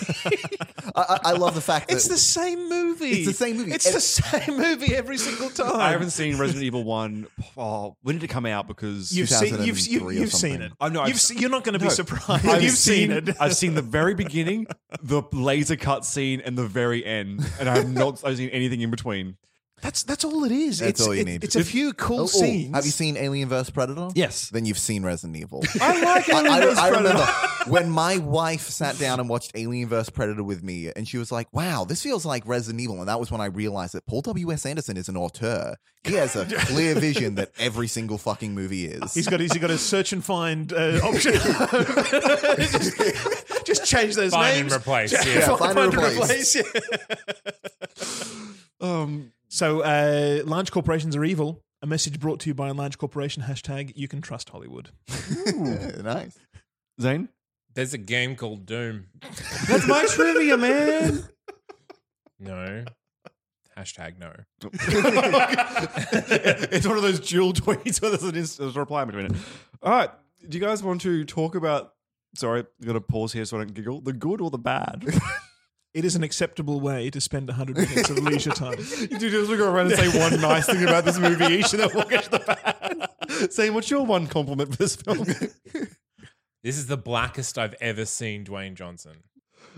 Speaker 2: I, I, I love the fact that
Speaker 3: It's the same movie.
Speaker 2: It's the same movie.
Speaker 3: It's the same movie every single time.
Speaker 1: I haven't seen Resident Evil One. Oh, when did it come out? Because
Speaker 3: You've seen. You've,
Speaker 2: 2003
Speaker 3: you've,
Speaker 2: or
Speaker 3: you've seen
Speaker 2: something. Oh,
Speaker 3: it.
Speaker 1: I know, I've
Speaker 3: You've,
Speaker 1: s-
Speaker 3: se- you're not going to be
Speaker 1: No.
Speaker 3: surprised.
Speaker 1: I've
Speaker 3: you've seen, it.
Speaker 1: I've seen the very beginning, the laser cut scene, and the very end, and I've not. I've seen anything in between.
Speaker 3: That's that's all it is.
Speaker 2: That's
Speaker 3: it's,
Speaker 2: all you
Speaker 3: it-
Speaker 2: need.
Speaker 3: It's a few cool
Speaker 2: Oh, oh,
Speaker 3: scenes.
Speaker 2: Have you seen Alien vs Predator?
Speaker 1: Yes.
Speaker 2: Then you've seen Resident Evil.
Speaker 1: I like
Speaker 2: I,
Speaker 1: Alien
Speaker 2: I-
Speaker 1: vs.
Speaker 2: I
Speaker 1: Predator.
Speaker 2: remember when my wife sat down and watched Alien vs Predator with me, and she was like, "Wow, this feels like Resident Evil." And that was when I realized that Paul W S Anderson is an auteur. He has a clear vision that every single fucking movie is.
Speaker 3: He's got he's got a search and find uh, option. just, just change those
Speaker 4: Find and
Speaker 3: names.
Speaker 4: replace,
Speaker 3: Ch-
Speaker 4: yeah.
Speaker 2: Yeah, find and
Speaker 3: yeah.
Speaker 2: Um,
Speaker 3: so, uh, large corporations are evil. A message brought to you by a large corporation. Hashtag you can trust Hollywood.
Speaker 2: nice.
Speaker 1: Zane?
Speaker 4: There's a game called Doom.
Speaker 1: That's my trivia, man.
Speaker 4: No. Hashtag no.
Speaker 1: it's one of those dual tweets where there's, an inst- there's a reply in between it. All right. Do you guys want to talk about. Sorry, got to pause here so I don't giggle. The good or the bad?
Speaker 3: It is an acceptable way to spend 100 minutes of leisure time.
Speaker 1: you do just go around and say one nice thing about this movie each and then we'll get to the bad. Zane, what's your one compliment for this film?
Speaker 4: This is the blackest I've ever seen Dwayne Johnson.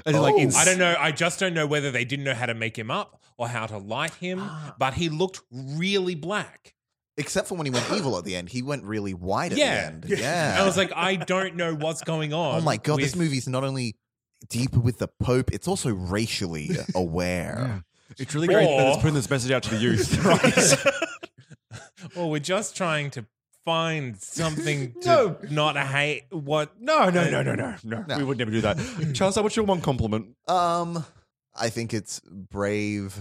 Speaker 1: As in, like, in-
Speaker 4: I don't know. I just don't know whether they didn't know how to make him up or how to light him,
Speaker 1: Ah.
Speaker 4: but he looked really black.
Speaker 2: Except for when he went evil at the end, he went really wide at
Speaker 4: Yeah.
Speaker 2: the end. Yeah.
Speaker 4: I was like, I don't know what's going on.
Speaker 2: oh my god, this
Speaker 4: with-
Speaker 2: movie's not only deep with the Pope, it's also racially aware.
Speaker 1: It's really great that it's
Speaker 4: Or-
Speaker 1: putting this message out to the youth. Right?
Speaker 4: Well, Oh, we're just trying to find something to
Speaker 1: No.
Speaker 4: not hate what.
Speaker 1: no, no, no, no, no, no, We would never do that. Chancellor, what's your one compliment?
Speaker 2: Um, I think it's brave,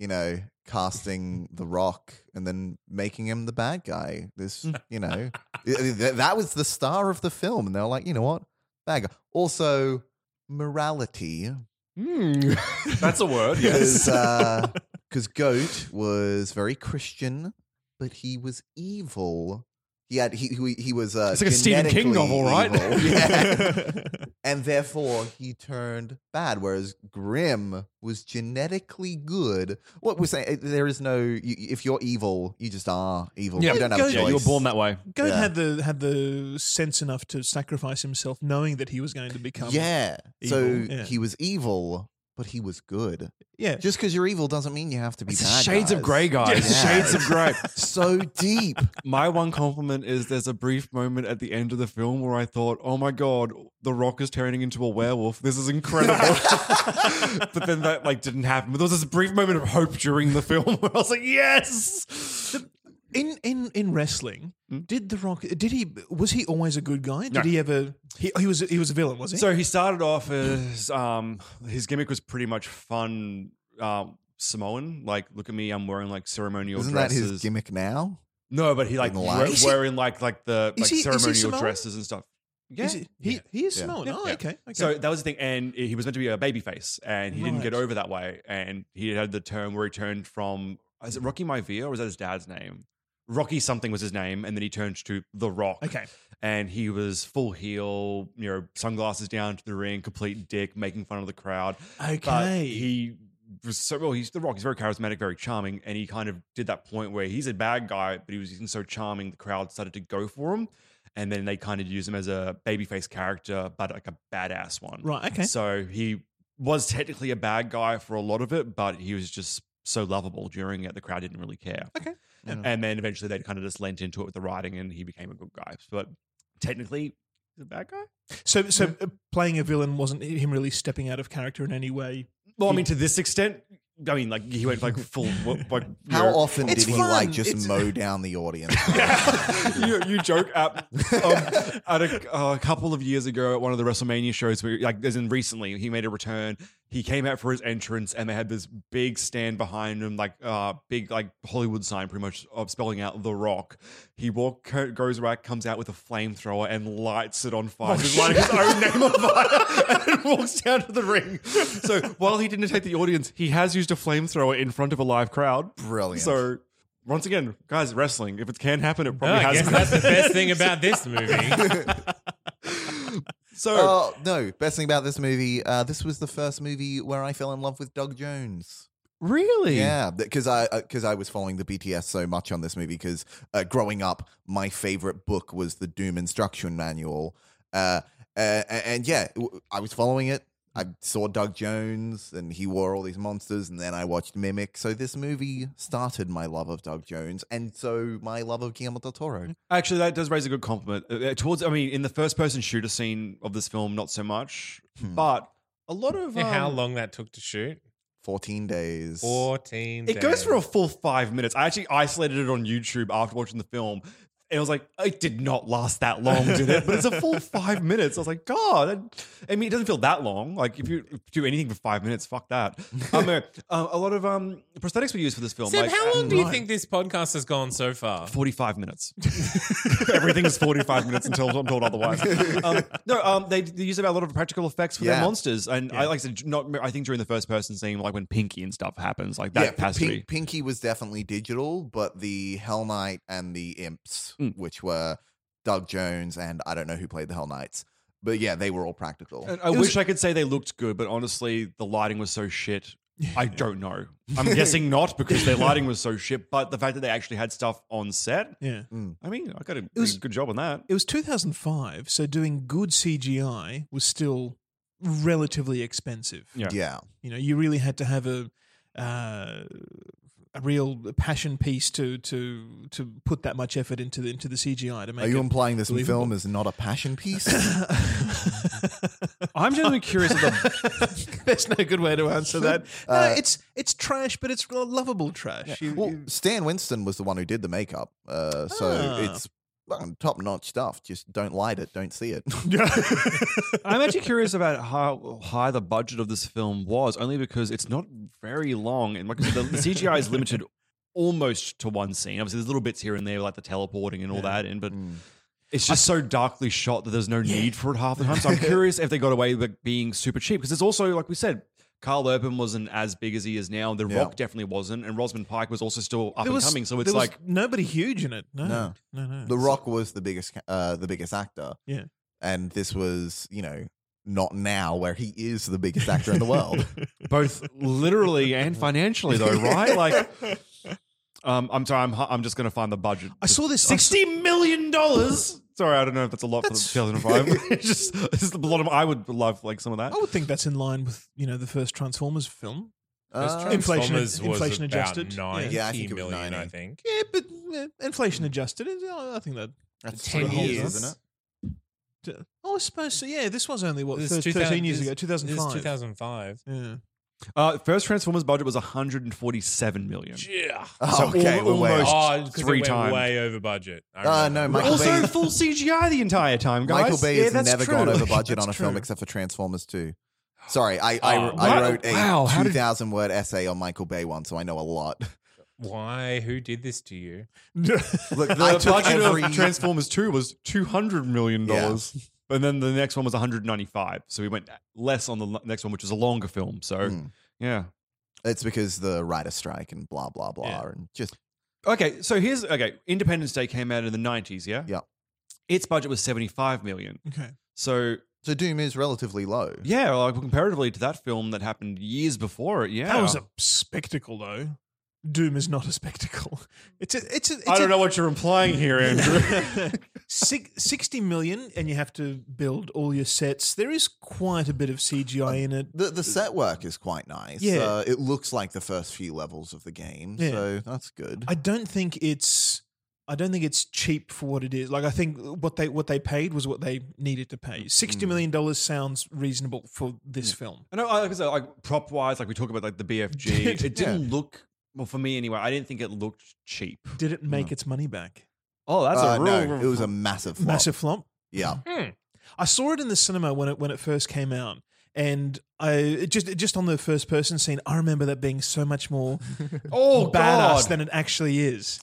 Speaker 2: you know, casting the rock and then making him the bad guy. This,
Speaker 4: Mm.
Speaker 2: you know, th- th- that was the star of the film, and they're like, you know what, bad guy. Also, morality
Speaker 6: Hmm.
Speaker 1: That's a word.
Speaker 2: because because Goat was very Christian, but he was evil. He had he he, he was uh,
Speaker 1: It's like a Stephen King
Speaker 2: genetically
Speaker 1: novel, right?
Speaker 2: evil. Yeah. and therefore he turned bad. Whereas Grimm was genetically good. What we're saying, uh, there is no. You, if you're evil, you just are evil.
Speaker 1: Yeah.
Speaker 2: You don't have
Speaker 3: Go-
Speaker 2: a
Speaker 3: Yeah,
Speaker 2: choice.
Speaker 1: you were born that way.
Speaker 3: Goat
Speaker 2: Yeah.
Speaker 3: had the had the sense enough to sacrifice himself, knowing that he was going to become.
Speaker 2: Yeah. So
Speaker 3: evil. Yeah.
Speaker 2: he was evil, but he was good.
Speaker 3: yeah.
Speaker 2: Just because you're evil doesn't mean you have to be bad.
Speaker 1: shades of
Speaker 2: guys.
Speaker 1: grey, guys.
Speaker 2: Yeah.
Speaker 1: Shades of grey.
Speaker 2: So deep.
Speaker 1: My one compliment is there's a brief moment at the end of the film where I thought, oh my god, The Rock is turning into a werewolf. This is incredible. but then that like didn't happen. But there was this brief moment of hope during the film where I was like, yes.
Speaker 3: in in in wrestling,
Speaker 1: Hmm?
Speaker 3: did the Rock? Did he? Was he always a good guy? Did he ever? He, he was he was a villain, was he?
Speaker 1: So he started off as um, his gimmick was pretty much fun um, Samoan. Like, look at me, I'm wearing like ceremonial
Speaker 2: Isn't that
Speaker 1: dresses.
Speaker 2: his gimmick now?
Speaker 1: No, but he like
Speaker 2: In life?
Speaker 1: we-
Speaker 2: Is he-
Speaker 1: wearing like like the like
Speaker 3: is he- is he
Speaker 1: ceremonial
Speaker 3: Samoan?
Speaker 1: dresses and stuff. Yeah.
Speaker 3: Is he, he, he is
Speaker 2: Yeah.
Speaker 3: Samoan. Oh,
Speaker 1: Yeah.
Speaker 3: okay. okay.
Speaker 1: So that was the thing, and he was meant to be a babyface, and he didn't get
Speaker 3: Right.
Speaker 1: over that way. And he had the term where he turned from is it Rocky Maivia or was that his dad's name? Rocky something was his name, and then he turned to The Rock.
Speaker 3: okay.
Speaker 1: and he was full heel, you know, sunglasses down to the ring, complete dick, making fun of the crowd. But
Speaker 3: Okay.
Speaker 1: he was so well. He's the Rock. He's very charismatic, very charming, and he kind of did that point where he's a bad guy, but he was even so charming, the crowd started to go for him, and then they kind of use him as a babyface character, but like a badass one.
Speaker 3: Right. Okay.
Speaker 1: So he was technically a bad guy for a lot of it, but he was just so lovable during it. The crowd didn't really care.
Speaker 3: Okay. Yeah.
Speaker 1: And then eventually they kind of just lent into it with the writing, and he became a good guy. But technically, he's a bad guy.
Speaker 3: So so uh, playing a villain wasn't him really stepping out of character in any way.
Speaker 1: Well, I mean, to this extent, I mean, like he went like full. Like,
Speaker 2: How often
Speaker 3: It's
Speaker 2: did he
Speaker 3: fun.
Speaker 2: like just
Speaker 3: It's-
Speaker 2: mow down the audience?
Speaker 1: you, you joke at, um, at a, a couple of years ago at one of the WrestleMania shows, where, like as in recently, he made a return. He came out for his entrance, and they had this big stand behind him, like uh, big like Hollywood sign, pretty much of spelling out The Rock. He walk co- goes back, comes out with a flamethrower, and lights it on fire, just lighting his own name on fire, and then walks down to the ring. So while he didn't take the audience, he has used a flamethrower in front of a live crowd.
Speaker 2: Brilliant.
Speaker 1: So. Once again, guys, wrestling. If it can happen, it
Speaker 4: No,
Speaker 1: probably
Speaker 4: Oh, I
Speaker 1: has.
Speaker 4: guess that's the best thing about this movie.
Speaker 1: so
Speaker 2: Oh no! Best thing about this movie, uh, this was the first movie where I fell in love with Doug Jones.
Speaker 1: really,
Speaker 2: Yeah, because I because I was following the BTS so much on this movie. Because uh, growing up, my favorite book was the Doom Instruction Manual. Uh, uh, and yeah, w- I was following it. I saw Doug Jones, and he wore all these monsters, and then I watched Mimic. So this movie started my love of Doug Jones, and so my love of Guillermo del Toro.
Speaker 1: actually, that does raise a good compliment. Uh, uh, Towards, I mean, in the first-person shooter scene of this film, not so much,
Speaker 2: Hmm.
Speaker 1: but a lot of
Speaker 4: Yeah,
Speaker 1: um,
Speaker 4: how long that took to shoot?
Speaker 2: Fourteen days.
Speaker 4: 14
Speaker 1: It goes
Speaker 4: days.
Speaker 1: for a full five minutes. I actually isolated it on YouTube after watching the film. And I was like, it did not last that long, did it? But it's a full five minutes. I was like, God, I, I mean, it doesn't feel that long. Like if you do anything for five minutes, fuck that. Um, uh, um, a lot of um, prosthetics were used for this film.
Speaker 4: Seb,
Speaker 1: like,
Speaker 4: how long
Speaker 1: uh,
Speaker 4: do you think this podcast has gone so far?
Speaker 1: 45 minutes. Everything's 45 minutes until I'm told otherwise. Um, no, um, they, they use a lot of practical effects for their
Speaker 2: Yeah.
Speaker 1: monsters. And I like I said, not, I think during the first person scene, like when Pinky and stuff happens, like that
Speaker 2: yeah,
Speaker 1: has to
Speaker 2: Pink-
Speaker 1: be-
Speaker 2: Pinky was definitely digital, but the Hell Knight and the Imps, which were Doug Jones and I don't know who played the Hell Knights, but yeah, they were all practical.
Speaker 1: And I
Speaker 2: It was-
Speaker 1: wish I could say they looked good, but honestly, the lighting was so shit. I don't know. I'm guessing not because their lighting was so shit, but the fact that they actually had stuff on set,
Speaker 3: Yeah.
Speaker 1: I mean, I got a
Speaker 3: was-
Speaker 1: good job on that.
Speaker 3: It was 2005, so doing good CGI was still relatively expensive.
Speaker 1: Yeah.
Speaker 2: yeah,
Speaker 3: You know, you really had to have a uh, a real passion piece to to to put that much effort into the into the CGI to make.
Speaker 2: are you
Speaker 3: it
Speaker 2: implying this
Speaker 3: believable.
Speaker 2: film is not a passion piece?
Speaker 1: I'm genuinely curious of the.
Speaker 3: There's no good way to answer that. No,
Speaker 2: Uh,
Speaker 3: it's it's trash, but it's lo- lovable trash. You-
Speaker 2: well,
Speaker 3: you-
Speaker 2: Stan Winston was the one who did the makeup, uh, so
Speaker 3: Ah.
Speaker 2: it's top notch stuff. Just don't light it, don't see it.
Speaker 1: I'm actually curious about how high the budget of this film was, only because it's not very long, and like I said, the, the CGI is limited almost to one scene. Obviously, there's little bits here and there, like the teleporting and all that, and but. It's just so darkly shot that there's no need for it half the time. So I'm curious if they got away with being super cheap because it's also like we said, Carl Urban wasn't as big as he is now. The
Speaker 2: Yeah.
Speaker 1: Rock definitely wasn't, and Rosamund Pike was also still up
Speaker 3: there was-
Speaker 1: and coming. So
Speaker 3: there
Speaker 1: it's
Speaker 3: was
Speaker 1: like
Speaker 3: nobody huge in it. No, no,
Speaker 2: No.
Speaker 3: no.
Speaker 2: the Rock was the biggest, ca- uh, the biggest actor.
Speaker 3: Yeah.
Speaker 2: and this was, you know, not now where he is the biggest actor in the world.
Speaker 1: both literally and financially, though, right? Like, um, I'm sorry, I'm I'm just gonna find the budget.
Speaker 3: I saw this. I saw-
Speaker 1: sixty million dollars. Sorry, I don't know if that's a lot
Speaker 3: That's-
Speaker 1: for the 2005. It's just this is the bottom. I would love like some of that.
Speaker 3: I would think that's in line with you know the first Transformers film.
Speaker 2: Uh,
Speaker 3: Inflation-
Speaker 4: Transformers was
Speaker 3: inflation
Speaker 4: about
Speaker 3: adjusted?
Speaker 4: 90
Speaker 2: Yeah, I think it was
Speaker 4: million,
Speaker 2: 90.
Speaker 4: I think.
Speaker 3: Yeah, but uh, inflation adjusted, it- I think that.
Speaker 2: That's
Speaker 4: 10
Speaker 2: sort of holds,
Speaker 4: years.
Speaker 2: isn't it?
Speaker 3: Oh, I suppose so. Yeah, this was only what
Speaker 4: This
Speaker 3: thir-
Speaker 4: is 2000
Speaker 3: thirteen years
Speaker 4: this-
Speaker 3: ago, two thousand
Speaker 4: This is
Speaker 3: five.
Speaker 4: 2005.
Speaker 3: Yeah.
Speaker 1: Uh, first Transformers budget was 147 million.
Speaker 4: Yeah.
Speaker 2: Oh, okay,
Speaker 1: al-
Speaker 2: we're way
Speaker 1: almost-
Speaker 2: off.
Speaker 4: Oh, because
Speaker 1: three
Speaker 4: it went
Speaker 1: times.
Speaker 4: way over budget. I
Speaker 2: Uh,
Speaker 4: remember.
Speaker 2: no, Michael
Speaker 1: also,
Speaker 2: Bay.
Speaker 1: full CGI the entire time, Oh, guys.
Speaker 2: Michael Bay
Speaker 1: Yeah,
Speaker 2: has
Speaker 1: that's
Speaker 2: never
Speaker 1: true.
Speaker 2: gone over
Speaker 1: Like,
Speaker 2: budget on a
Speaker 1: that's
Speaker 2: film
Speaker 1: true.
Speaker 2: except for Transformers 2. Sorry, I, I,
Speaker 4: Oh,
Speaker 2: I
Speaker 1: wow.
Speaker 2: wrote a
Speaker 1: Wow, how did-
Speaker 2: 2,000 word essay on Michael Bay once, so I know a lot.
Speaker 4: Why? Who did this to you?
Speaker 2: Look,
Speaker 1: The
Speaker 2: I took
Speaker 1: budget
Speaker 2: every,
Speaker 1: of Transformers 2 was 200 million dollars. And then the next one was 195. So we went less on the l- next one, which was a longer film. So
Speaker 2: Hmm.
Speaker 1: yeah.
Speaker 2: It's because the writer strike and blah, blah, blah.
Speaker 3: Yeah.
Speaker 2: And just,
Speaker 1: Okay, so here's okay. Independence Day came out in the 90s, yeah?
Speaker 2: Yeah.
Speaker 1: Its budget was 75 million.
Speaker 3: Okay.
Speaker 1: So
Speaker 2: so Doom is relatively low.
Speaker 1: yeah, like comparatively to that film that happened years before it, yeah.
Speaker 3: That was a spectacle, though. Doom is not a spectacle. It's a. It's a. It's
Speaker 1: I don't
Speaker 3: a-
Speaker 1: know what you're implying here, Andrew.
Speaker 3: Six, 60 million, and you have to build all your sets. There is quite a bit of CGI in it.
Speaker 2: The, the set work is quite nice.
Speaker 3: Yeah.
Speaker 2: Uh, it looks like the first few levels of the game,
Speaker 3: Yeah.
Speaker 2: so that's good.
Speaker 3: I don't think it's. I don't think it's cheap for what it is. Like I think what they what they paid was what they needed to pay.
Speaker 1: Mm.
Speaker 3: Sixty million dollars sounds reasonable for this film.
Speaker 1: I know, I- like I said, like prop wise, like we talk about like the BFG, it didn't look well for me anyway. I didn't think it looked cheap.
Speaker 3: Did it make its money back?
Speaker 1: Oh, that's
Speaker 2: Uh,
Speaker 1: a real.
Speaker 2: no, it was a massive flop.
Speaker 3: Massive flop.
Speaker 2: Yeah.
Speaker 3: I saw it in the cinema when it when it first came out, and I it just it just on the first person scene. I remember that being so much more
Speaker 1: oh
Speaker 3: badass
Speaker 1: God.
Speaker 3: than it actually is.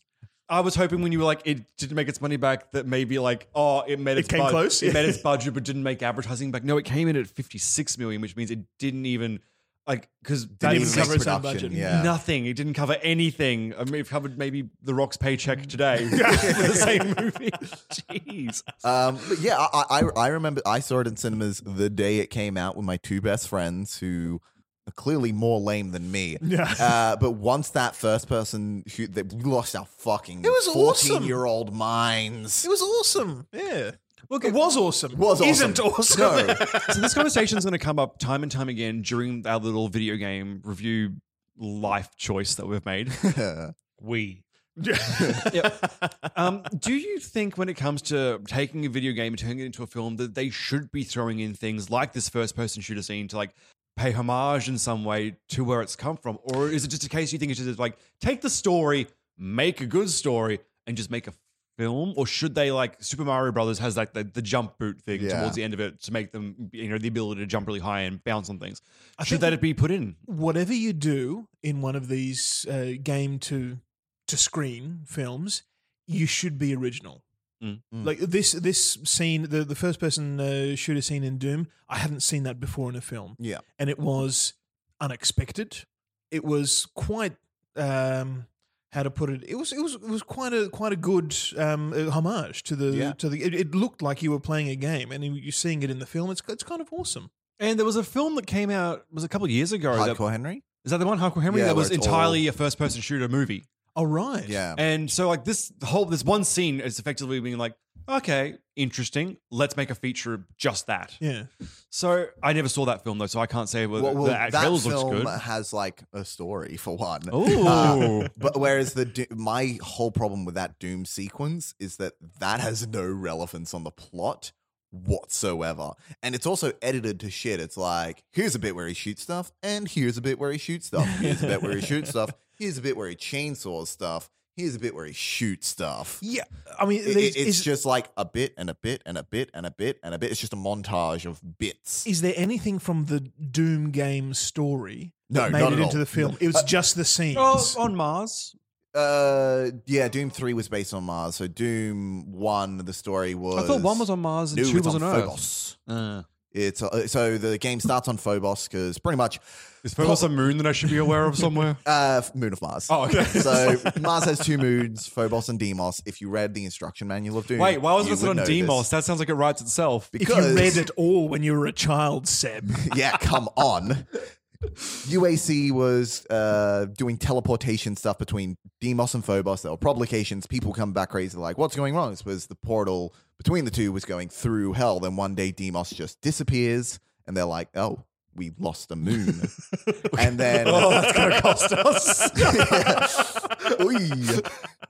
Speaker 1: I was hoping when you were like it didn't make its money back that maybe like oh it made
Speaker 3: It
Speaker 1: its
Speaker 3: came
Speaker 1: bud-
Speaker 3: close,
Speaker 1: it
Speaker 3: yeah.
Speaker 1: made its budget but didn't make advertising back. No, it came in at fifty six million, which means it didn't even like because that
Speaker 3: even
Speaker 1: is
Speaker 3: cover its own
Speaker 2: production,
Speaker 3: budget.
Speaker 2: Yeah.
Speaker 1: nothing. It didn't cover anything. I mean, it covered maybe The Rock's paycheck today for the same movie. Jeez.
Speaker 2: Um, but yeah, I, I I remember I saw it in cinemas the day it came out with my two best friends who are clearly more lame than me.
Speaker 3: Yeah.
Speaker 2: Uh, but once that first person who that we lost our fucking
Speaker 3: It was awesome.
Speaker 2: year old minds.
Speaker 3: It was awesome. Yeah. Look, it was awesome.
Speaker 2: Was awesome.
Speaker 3: Isn't awesome.
Speaker 2: No.
Speaker 1: So this conversation is going to come up time and time again during our little video game review life choice that we've made.
Speaker 4: We.
Speaker 1: Um, do you think when it comes to taking a video game and turning it into a film that they should be throwing in things like this first person shooter scene to like pay homage in some way to where it's come from? Or is it just a case you think it's just like take the story, make a good story, and just make a film, or should they like Super Mario Brothers has like the, the jump boot thing
Speaker 2: Yeah.
Speaker 1: towards the end of it to make them you know the ability to jump really high and bounce on things?
Speaker 3: I
Speaker 1: should
Speaker 3: think-
Speaker 1: that be put in?
Speaker 3: whatever you do in one of these uh, game to to screen films, you should be original.
Speaker 1: Mm.
Speaker 2: Mm.
Speaker 3: Like this this scene, the the first person uh, shooter scene in Doom, I hadn't seen that before in a film,
Speaker 2: Yeah.
Speaker 3: and it was unexpected. It was quite um, how to put it. It was it was it was quite a quite a good um, uh, homage to the
Speaker 2: Yeah.
Speaker 3: to the. It, it looked like you were playing a game, and you- you're seeing it in the film. It's it's kind of awesome.
Speaker 1: And there was a film that came out was a couple of years ago. That,
Speaker 2: Hardcore Henry?
Speaker 1: is that the one Hardcore Henry
Speaker 2: Yeah,
Speaker 1: that
Speaker 2: where
Speaker 1: was
Speaker 2: it's
Speaker 1: entirely a first person shooter movie?
Speaker 3: All right,
Speaker 2: Yeah.
Speaker 1: And so like this whole this one scene is effectively being like, okay, interesting. Let's make a feature of just that.
Speaker 3: yeah.
Speaker 1: So I never saw that film though, so I can't say whether
Speaker 2: Well, well,
Speaker 1: the
Speaker 2: that
Speaker 1: trailers looks
Speaker 2: film
Speaker 1: good.
Speaker 2: has like a story for one. Uh,
Speaker 1: Ooh.
Speaker 2: but whereas the Do- my whole problem with that Doom sequence is that that has no relevance on the plot whatsoever, and it's also edited to shit. It's like here's a bit where he shoots stuff, and here's a bit where he shoots stuff. Here's a bit where he shoots stuff. Here's a bit where he chainsaws stuff. Here's a bit where he shoots stuff.
Speaker 3: Yeah, I mean,
Speaker 2: It- it-
Speaker 3: there's-
Speaker 2: it's, just like a bit and a bit and a bit and a bit and a bit. It's just a montage of bits.
Speaker 3: Is there anything from the Doom game story
Speaker 2: No,
Speaker 3: that made
Speaker 2: not
Speaker 3: it
Speaker 2: at
Speaker 3: into
Speaker 2: all.
Speaker 3: the film? It was
Speaker 2: Uh,
Speaker 3: just the scenes.
Speaker 1: Oh, on Mars.
Speaker 2: Uh, yeah, Doom Three was based on Mars. So Doom One, the story was.
Speaker 1: I thought one was on Mars and
Speaker 2: No,
Speaker 1: two
Speaker 2: it's
Speaker 1: was on,
Speaker 2: on
Speaker 1: Earth.
Speaker 2: Phobos.
Speaker 1: Uh,
Speaker 2: It's uh, so the game starts on Phobos because pretty much
Speaker 1: is Phobos a moon that I should be aware of somewhere?
Speaker 2: uh, moon of Mars.
Speaker 1: Oh, okay.
Speaker 2: So Mars has two moons, Phobos and Deimos. If you read the instruction manual of Doom,
Speaker 1: Wait, why was
Speaker 2: you
Speaker 1: this
Speaker 2: would
Speaker 1: on
Speaker 2: know
Speaker 1: Deimos?
Speaker 2: this.
Speaker 1: That sounds like it writes itself.
Speaker 3: if
Speaker 2: Because
Speaker 3: you read it all when you were a child, Seb.
Speaker 2: yeah, come on. UAC was uh, doing teleportation stuff between Demos and Phobos. There were publications. People come back crazy, like, what's going wrong? This was the portal between the two was going through hell. Then one day Demos just disappears, and they're like, oh, we lost the moon. and then
Speaker 1: that's gonna cost us.
Speaker 2: Oy.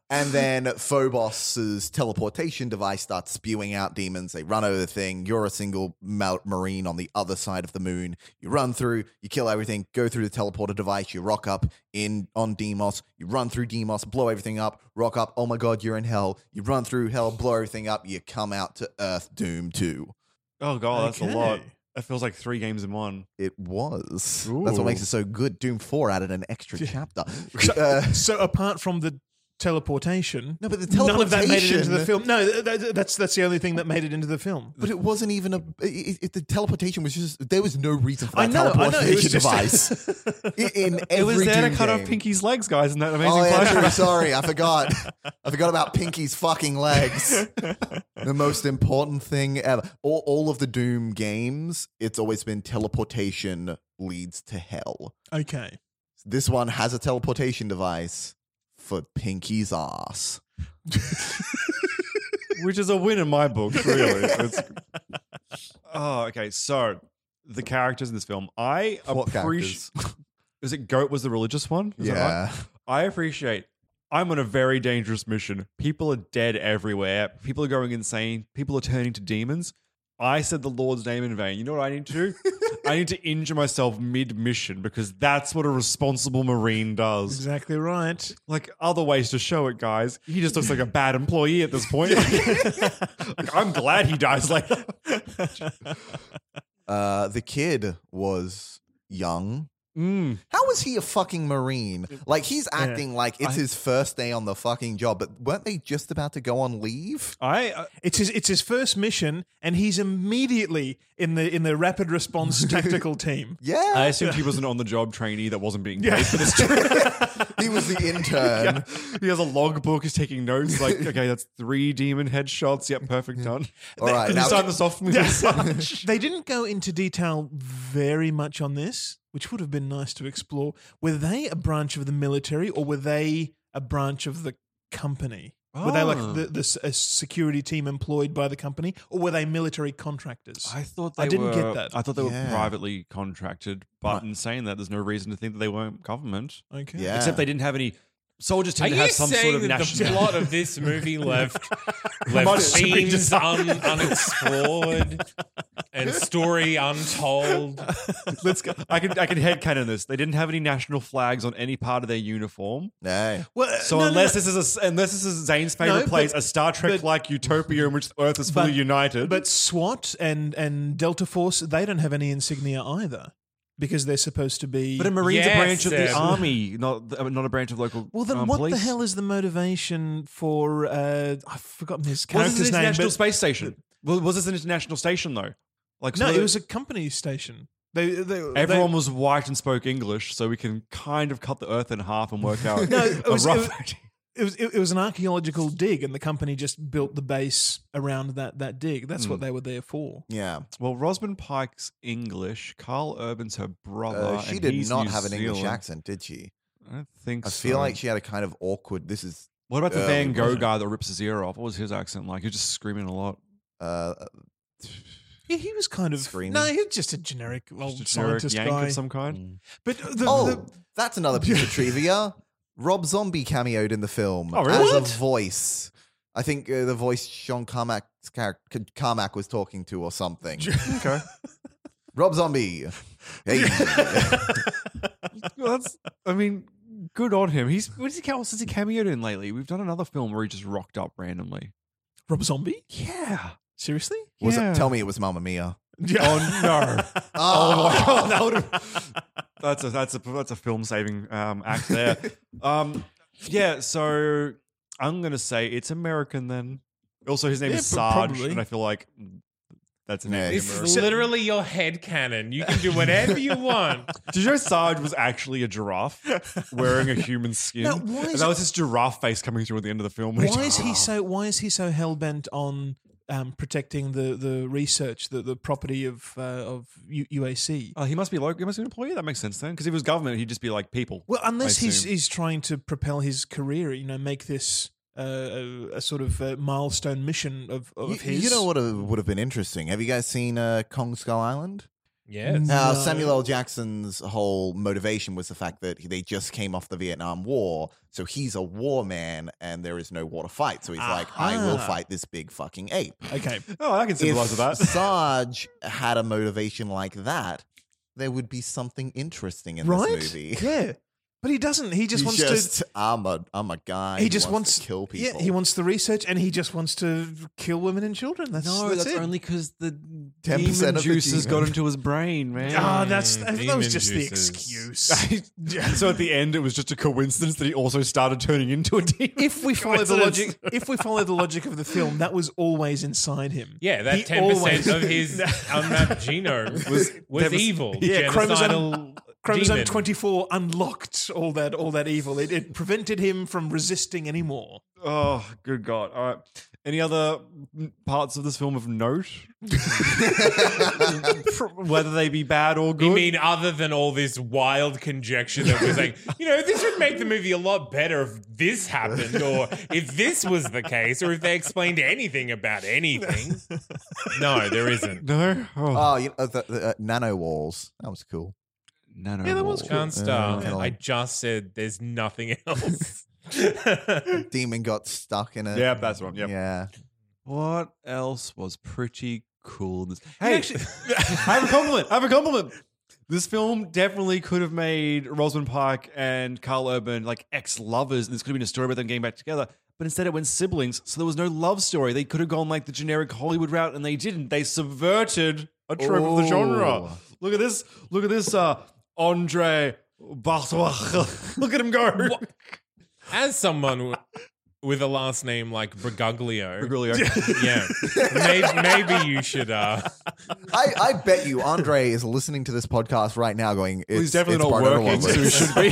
Speaker 2: And then Phobos's teleportation device starts spewing out demons. They run over the thing. You're a single ma- marine on the other side of the moon. You run through, you kill everything, go through the teleporter device, you rock up in on Demos, you run through Demos, blow everything up, rock up, oh my god, you're in hell. You run through hell, blow everything up, you come out to Earth Doom 2.
Speaker 1: oh god, that's
Speaker 3: Okay.
Speaker 1: a lot. That feels like three games in one.
Speaker 2: It was. That's what
Speaker 1: Ooh.
Speaker 2: makes it so good. Doom 4 added an extra chapter. Uh,
Speaker 3: so apart from the teleportation,
Speaker 2: no, but the teleportation.
Speaker 3: none of that made it into the film. No, th- th- that's that's the only thing that made it into the film.
Speaker 2: But it wasn't even a. It, it, the teleportation was just. There was no reason for that
Speaker 3: I know, I know.
Speaker 2: teleportation
Speaker 3: It was just
Speaker 2: device. I- in every
Speaker 1: It was there
Speaker 2: Doom
Speaker 1: to cut
Speaker 2: game.
Speaker 1: off Pinky's legs, guys, in that amazing
Speaker 2: Oh, yeah,
Speaker 1: flashback.
Speaker 2: true. sorry, I forgot. I forgot about Pinky's fucking legs. the most important thing ever. All, all of the Doom games, it's always been teleportation leads to hell.
Speaker 3: Okay,
Speaker 2: This one has a teleportation device for Pinky's ass.
Speaker 1: which is a win in my book, really. It's- oh, okay. So the characters in this film, I
Speaker 2: What
Speaker 1: appreciate. Is it goat? Was the religious one? Is that right?
Speaker 2: yeah.
Speaker 1: I appreciate. I'm on a very dangerous mission. People are dead everywhere. People are going insane. People are turning to demons. I said the Lord's name in vain. You know what I need to do? I need to injure myself mid mission because that's what a responsible Marine does
Speaker 3: exactly right.
Speaker 1: like other ways to show it, guys. He just looks like a bad employee at this point. like, I'm glad he dies like that.
Speaker 2: Uh, the kid was young.
Speaker 1: Mm.
Speaker 2: How is he a fucking marine? Like he's acting like it's
Speaker 1: I-
Speaker 2: his first day on the fucking job, but weren't they just about to go on leave?
Speaker 1: I uh,
Speaker 3: It's his it's his first mission, and he's immediately in the in the rapid response tactical team.
Speaker 1: I
Speaker 2: Yeah,
Speaker 1: assumed he was an on the job trainee that wasn't being paid for this.
Speaker 2: he was the intern.
Speaker 1: He has a logbook. He's taking notes. Like, okay, that's three demon headshots. Yep, perfect. Done.
Speaker 2: All right,
Speaker 1: Can you
Speaker 2: now-
Speaker 1: sign this off for me?
Speaker 3: They didn't go into detail very much on this, which would have been nice to explore. Were they a branch of the military or were they a branch of the company? Were they like
Speaker 1: Oh.
Speaker 3: the, the s- a security team employed by the company or were they military contractors?
Speaker 1: I thought
Speaker 3: I
Speaker 1: they
Speaker 3: didn't get
Speaker 1: were-
Speaker 3: that.
Speaker 1: I thought they
Speaker 2: Yeah.
Speaker 1: were privately contracted, but
Speaker 2: Right.
Speaker 1: in saying that, there's no reason to think that they weren't government.
Speaker 3: okay.
Speaker 2: Yeah.
Speaker 1: Except they didn't have any soldiers
Speaker 4: Are
Speaker 1: tend to
Speaker 4: you
Speaker 1: have some
Speaker 4: saying
Speaker 1: sort of
Speaker 4: that
Speaker 1: national.
Speaker 4: the plot of this movie left left
Speaker 1: Much to be
Speaker 4: themes
Speaker 1: desired.
Speaker 4: un, unexplored and story untold?
Speaker 1: Let's go. I can I can headcanon this. They didn't have any national flags on any part of their uniform.
Speaker 2: No.
Speaker 3: Well, uh,
Speaker 1: So
Speaker 3: no, no,
Speaker 1: unless
Speaker 3: no.
Speaker 1: this is a, unless this is Zane's favorite
Speaker 3: but-
Speaker 1: place, a Star Trek like utopia in which the Earth is fully
Speaker 3: but-
Speaker 1: united.
Speaker 3: But SWAT and and Delta Force, they don't have any insignia either because they're supposed to be.
Speaker 1: But a marine's
Speaker 4: Yes,
Speaker 1: a branch of the
Speaker 4: Seb.
Speaker 1: army, not the- uh, not a branch of local.
Speaker 3: well, then
Speaker 1: um,
Speaker 3: what
Speaker 1: police.
Speaker 3: the hell is the motivation for? Uh, I've forgotten
Speaker 1: Was this
Speaker 3: his character's
Speaker 1: an
Speaker 3: name.
Speaker 1: international
Speaker 3: but-
Speaker 1: space station? Well, was this an international station though? Like
Speaker 3: No,
Speaker 1: so
Speaker 3: it was a company station. They, they
Speaker 1: Everyone
Speaker 3: they-
Speaker 1: was white and spoke English, so we can kind of cut the Earth in half and work out
Speaker 3: No,
Speaker 1: a
Speaker 3: it was,
Speaker 1: rough
Speaker 3: it, was- it was it was an archaeological dig, and the company just built the base around that that dig. That's what they were there for.
Speaker 2: Yeah.
Speaker 1: Well, Rosamund Pike's English. Carl Urban's her
Speaker 2: Uh,
Speaker 1: brother.
Speaker 2: she
Speaker 1: and
Speaker 2: did
Speaker 1: he's
Speaker 2: not
Speaker 1: New
Speaker 2: have an English
Speaker 1: Zealand.
Speaker 2: accent, did she?
Speaker 1: I don't think
Speaker 2: I
Speaker 1: so.
Speaker 2: feel like she had a kind of awkward. This is
Speaker 1: What about the
Speaker 2: Yeah,
Speaker 1: Van
Speaker 2: it
Speaker 1: Gogh
Speaker 2: wasn't.
Speaker 1: guy that rips his ear off? What was his accent like? He was just screaming a lot.
Speaker 2: uh,
Speaker 3: Yeah, he was kind of
Speaker 2: Screaming.
Speaker 3: no, he was just a generic old
Speaker 1: Just a generic
Speaker 3: Oh, scientist
Speaker 1: yank
Speaker 3: guy.
Speaker 1: of some kind.
Speaker 3: but the,
Speaker 2: oh,
Speaker 3: the-
Speaker 2: that's another piece of trivia. Rob Zombie cameoed in the film
Speaker 1: Oh, really?
Speaker 2: as
Speaker 1: What?
Speaker 2: a voice. I think uh, the voice Sean Carmack's character Carmack was talking to or something.
Speaker 1: Okay.
Speaker 2: Rob Zombie. Hey.
Speaker 1: Well, that's. I mean, good on him. He's. What is he? ca- What's he cameoed in lately? We've done another film where he just rocked up randomly.
Speaker 3: Rob Zombie.
Speaker 1: Yeah.
Speaker 3: Seriously?
Speaker 2: was
Speaker 1: Yeah.
Speaker 2: it, tell me it was Mamma Mia.
Speaker 1: Oh no.
Speaker 2: Oh, my god, that would
Speaker 1: that's a that's a that's a film saving um, act there. um, yeah. So I'm gonna say it's American then. Also, his name
Speaker 3: Yeah,
Speaker 1: is
Speaker 3: pro-
Speaker 1: Sarge,
Speaker 3: probably.
Speaker 1: and I feel like that's an
Speaker 2: Yeah,
Speaker 1: name.
Speaker 2: he's
Speaker 4: This
Speaker 2: American.
Speaker 4: is literally your head cannon. You can do whatever you want.
Speaker 1: Did you know Sarge was actually a giraffe wearing a human skin?
Speaker 3: Now, why is
Speaker 1: and that was his giraffe face coming through at the end of the film. when he-
Speaker 3: Why is he so? Why is he so hell bent on um, protecting the the research, the the property of uh, of U- UAC?
Speaker 1: Oh, he must be local. He must be an employee. That makes sense then, because if he was government, he'd just be like people.
Speaker 3: Well, unless
Speaker 1: I
Speaker 3: he's
Speaker 1: assume.
Speaker 3: he's trying to propel his career, you know, make this uh, a, a sort of uh milestone mission of, of
Speaker 2: you,
Speaker 3: his.
Speaker 2: you know what would have been interesting? Have you guys seen uh, Kong Skull Island?
Speaker 4: Yes.
Speaker 2: Now,
Speaker 3: No.
Speaker 2: Uh, Samuel L. Jackson's whole motivation was the fact that he- they just came off the Vietnam War, so he's a war man, and there is no war to fight. So he's like, I will
Speaker 3: Aha.
Speaker 2: fight this big fucking ape.
Speaker 3: Okay,
Speaker 1: Oh, I can symbolize
Speaker 2: If
Speaker 1: with that.
Speaker 2: Sarge had a motivation like that, there would be something interesting in
Speaker 3: right?
Speaker 2: this movie.
Speaker 3: Yeah, but he doesn't. He just
Speaker 2: He
Speaker 3: wants
Speaker 2: just,
Speaker 3: to.
Speaker 2: I'm a, I'm a guy.
Speaker 3: He
Speaker 2: who
Speaker 3: just wants,
Speaker 2: to kill people.
Speaker 3: Yeah, he wants the research, and he just wants to kill women and children. That's
Speaker 1: No,
Speaker 3: that's,
Speaker 1: that's,
Speaker 3: it.
Speaker 1: only because the
Speaker 2: 10% of
Speaker 1: demon
Speaker 2: the
Speaker 1: juices
Speaker 2: demon.
Speaker 1: got into his brain, man.
Speaker 3: Ah, that's
Speaker 4: Mm,
Speaker 3: that, that
Speaker 4: demon
Speaker 3: was just
Speaker 4: juices.
Speaker 3: the excuse.
Speaker 1: so at the end, it was just a coincidence that he also started turning into a demon.
Speaker 3: if we follow the
Speaker 1: Coincidence.
Speaker 3: logic, if we follow the logic of the film, that was always inside him.
Speaker 4: Yeah,
Speaker 3: He
Speaker 4: that ten percent
Speaker 3: always-
Speaker 4: of his unmapped genome was was
Speaker 1: devas-
Speaker 4: evil.
Speaker 3: yeah, chromosome,
Speaker 4: genocidal
Speaker 3: chromosome
Speaker 4: demon.
Speaker 3: 24 unlocked all that all that evil it, it prevented him from resisting anymore
Speaker 1: Oh, good God. All right. Any other parts of this film of note? Whether they be bad or good?
Speaker 4: You mean other than all this wild conjecture that was like, you know, this would make the movie a lot better if this happened, or if this was the case, or if they explained anything about anything? No, there isn't.
Speaker 1: no? Oh.
Speaker 2: Oh, you know, the, the, uh, nano walls. That was cool.
Speaker 1: no, no.
Speaker 3: Yeah, that was
Speaker 1: no.
Speaker 3: cool.
Speaker 4: Can't stop.
Speaker 2: Yeah.
Speaker 4: I just said there's nothing else.
Speaker 2: Demon got stuck in it.
Speaker 1: Yep, that's one. Yep.
Speaker 2: Yeah.
Speaker 1: What else was pretty cool? in This- hey, I have a compliment. I have a compliment. This film definitely could have made Rosamund Pike and Carl Urban like ex-lovers, and this could have been a story about them getting back together. But instead, it went siblings, so there was no love story. They could have gone like the generic Hollywood route, and they didn't. They subverted a trope of the genre. Look at this! Look at this! Uh, Andre Bartois. look at him go!
Speaker 4: As someone w- with a last name like Brigaglio,
Speaker 1: Bergoglio.
Speaker 4: yeah, maybe, maybe you should. Uh,
Speaker 2: I, I bet you Andre is listening to this podcast right now going, it's,
Speaker 1: he's definitely
Speaker 2: it's
Speaker 1: not
Speaker 2: Bart
Speaker 1: working,
Speaker 2: Overlock
Speaker 1: so
Speaker 2: List.
Speaker 1: he should be.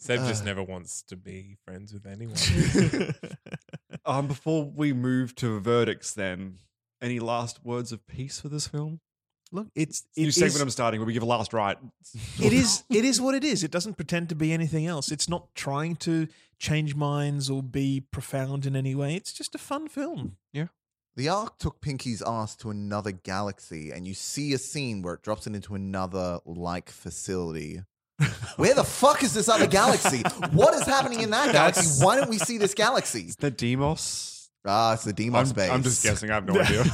Speaker 4: Seb just never wants to be friends with anyone.
Speaker 1: Um, before we move to verdicts, then any last words of peace for this film?
Speaker 3: look it's
Speaker 1: New
Speaker 3: it is-
Speaker 1: segment I'm starting where we give a last right.
Speaker 3: it is it is what it is it doesn't pretend to be anything else it's not trying to change minds or be profound in any way it's just a fun film
Speaker 1: Yeah.
Speaker 2: The Ark took Pinky's ass to another galaxy, and you see a scene where it drops it into another like facility. Where the fuck is this other galaxy? What is happening in that
Speaker 1: That's-
Speaker 2: galaxy? Why don't we see this galaxy?
Speaker 1: The Demos.
Speaker 2: Ah, it's the Demos
Speaker 7: I'm,
Speaker 2: space.
Speaker 7: I'm just guessing. I have no idea.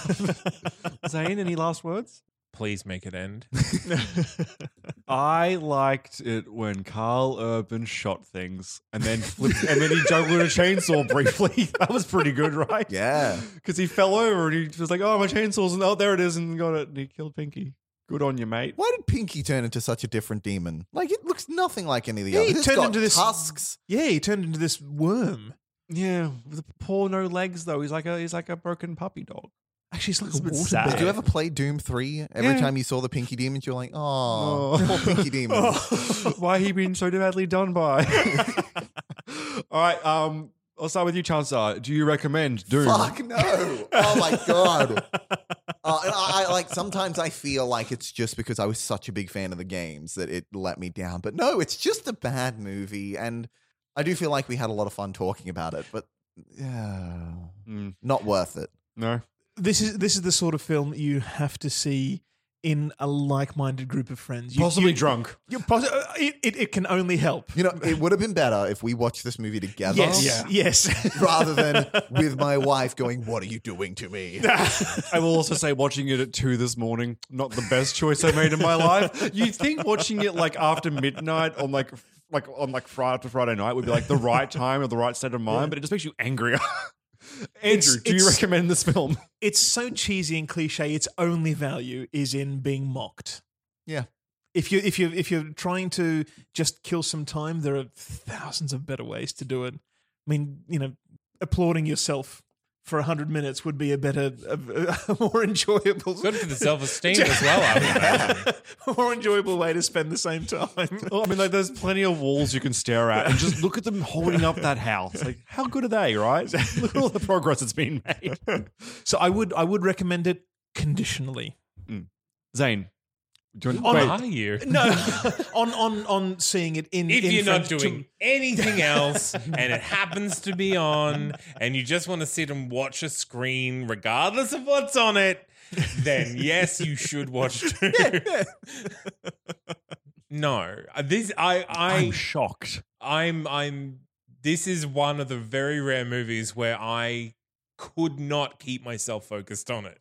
Speaker 1: Zane, any last words?
Speaker 4: Please make it end.
Speaker 1: I liked it when Carl Urban shot things and then flipped, and then he juggled a chainsaw briefly. That was pretty good, right?
Speaker 2: Yeah.
Speaker 1: Because he fell over and he was like, "Oh, my chainsaw's and oh, there it is," and got it, and he killed Pinky. Good on you, mate.
Speaker 2: Why did Pinky turn into such a different demon? Like it looks nothing like any of the
Speaker 3: Yeah,
Speaker 2: others.
Speaker 3: he
Speaker 2: It's
Speaker 3: turned
Speaker 2: got
Speaker 3: into this-
Speaker 2: husks.
Speaker 3: Yeah, he turned into this worm.
Speaker 1: Yeah, with the poor no legs though. He's like a he's like a broken puppy dog.
Speaker 3: Actually, it's like
Speaker 1: It's
Speaker 3: a
Speaker 1: a bit
Speaker 3: water
Speaker 1: sad.
Speaker 2: Did you ever play Doom Three? Every
Speaker 1: Yeah.
Speaker 2: time you saw the Pinky demons, you're like, oh, poor Pinky demons.
Speaker 1: Oh, Why he been so badly done by? All right, um, I'll start with you, Chancellor. Do you recommend Doom?
Speaker 2: Fuck no! Oh my god! Uh, and I, I like sometimes I feel like it's just because I was such a big fan of the games that it let me down. But no, it's just a bad movie, and I do feel like we had a lot of fun talking about it, but yeah,
Speaker 1: Mm,
Speaker 2: not worth it.
Speaker 1: no.
Speaker 3: This is this is the sort of film you have to see in a like-minded group of friends. You,
Speaker 1: Possibly
Speaker 3: you,
Speaker 1: drunk.
Speaker 3: you possi- uh, it, it, it can only help.
Speaker 2: You know, it would have been better if we watched this movie together.
Speaker 3: Yes, yes.
Speaker 2: rather than with my wife going, What are you doing to me?
Speaker 1: I will also say watching it at two this morning, not the best choice I made in my life. You'd think watching it like after midnight on like like on like Friday after Friday night would be like the right time or the right state of mind, but it just makes you angrier. Andrew,
Speaker 3: It's-
Speaker 1: do you
Speaker 3: it's-
Speaker 1: recommend this film?
Speaker 3: it's so cheesy and cliche. Its only value is in being mocked.
Speaker 2: Yeah.
Speaker 3: If you if you if you're trying to just kill some time, there are thousands of better ways to do it. I mean, you know, applauding yourself for hundred minutes would be a better, a, a more enjoyable,
Speaker 4: Good for the self esteem as well. I would imagine.
Speaker 3: more enjoyable way to spend the same time.
Speaker 1: Well, Oh, I mean, like, there's plenty of walls you can stare at, and just look at them holding up that house. Like, how good are they, right? look at all the progress that's been made.
Speaker 3: So I would I would recommend it conditionally.
Speaker 1: Zane, do you
Speaker 4: Why
Speaker 1: want
Speaker 4: are you?
Speaker 3: No, on on on seeing it in
Speaker 4: If
Speaker 3: in
Speaker 4: you're not
Speaker 3: French-
Speaker 4: doing anything else and it happens to be on and you just want to sit and watch a screen regardless of what's on it, then yes, you should watch Doom. no. Uh, This I I
Speaker 1: I'm shocked.
Speaker 4: I'm I'm this is one of the very rare movies where I could not keep myself focused on it.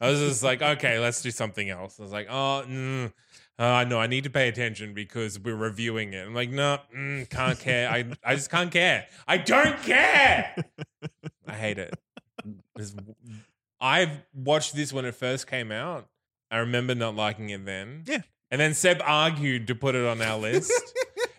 Speaker 4: I was just like, okay, let's do something else. I was like, oh, mm, uh, no, I need to pay attention because we're reviewing it. I'm like, no, mm, can't care. I, I just can't care. I don't care. I hate it. It's- I've watched this when it first came out. I remember not liking it then.
Speaker 3: Yeah.
Speaker 4: And then Seb argued to put it on our list.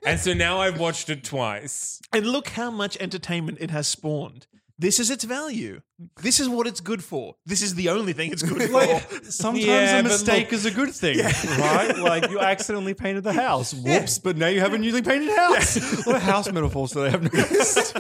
Speaker 4: and so now I've watched it twice.
Speaker 3: And look how much entertainment it has spawned. This is its value. This is what it's good for. This is the only thing it's good for.
Speaker 1: Sometimes
Speaker 4: Yeah,
Speaker 1: a
Speaker 4: but
Speaker 1: mistake
Speaker 4: look-
Speaker 1: is a good thing, right? Like you accidentally painted the house. Whoops! But now you have a newly painted house. What house metaphors do they have noticed?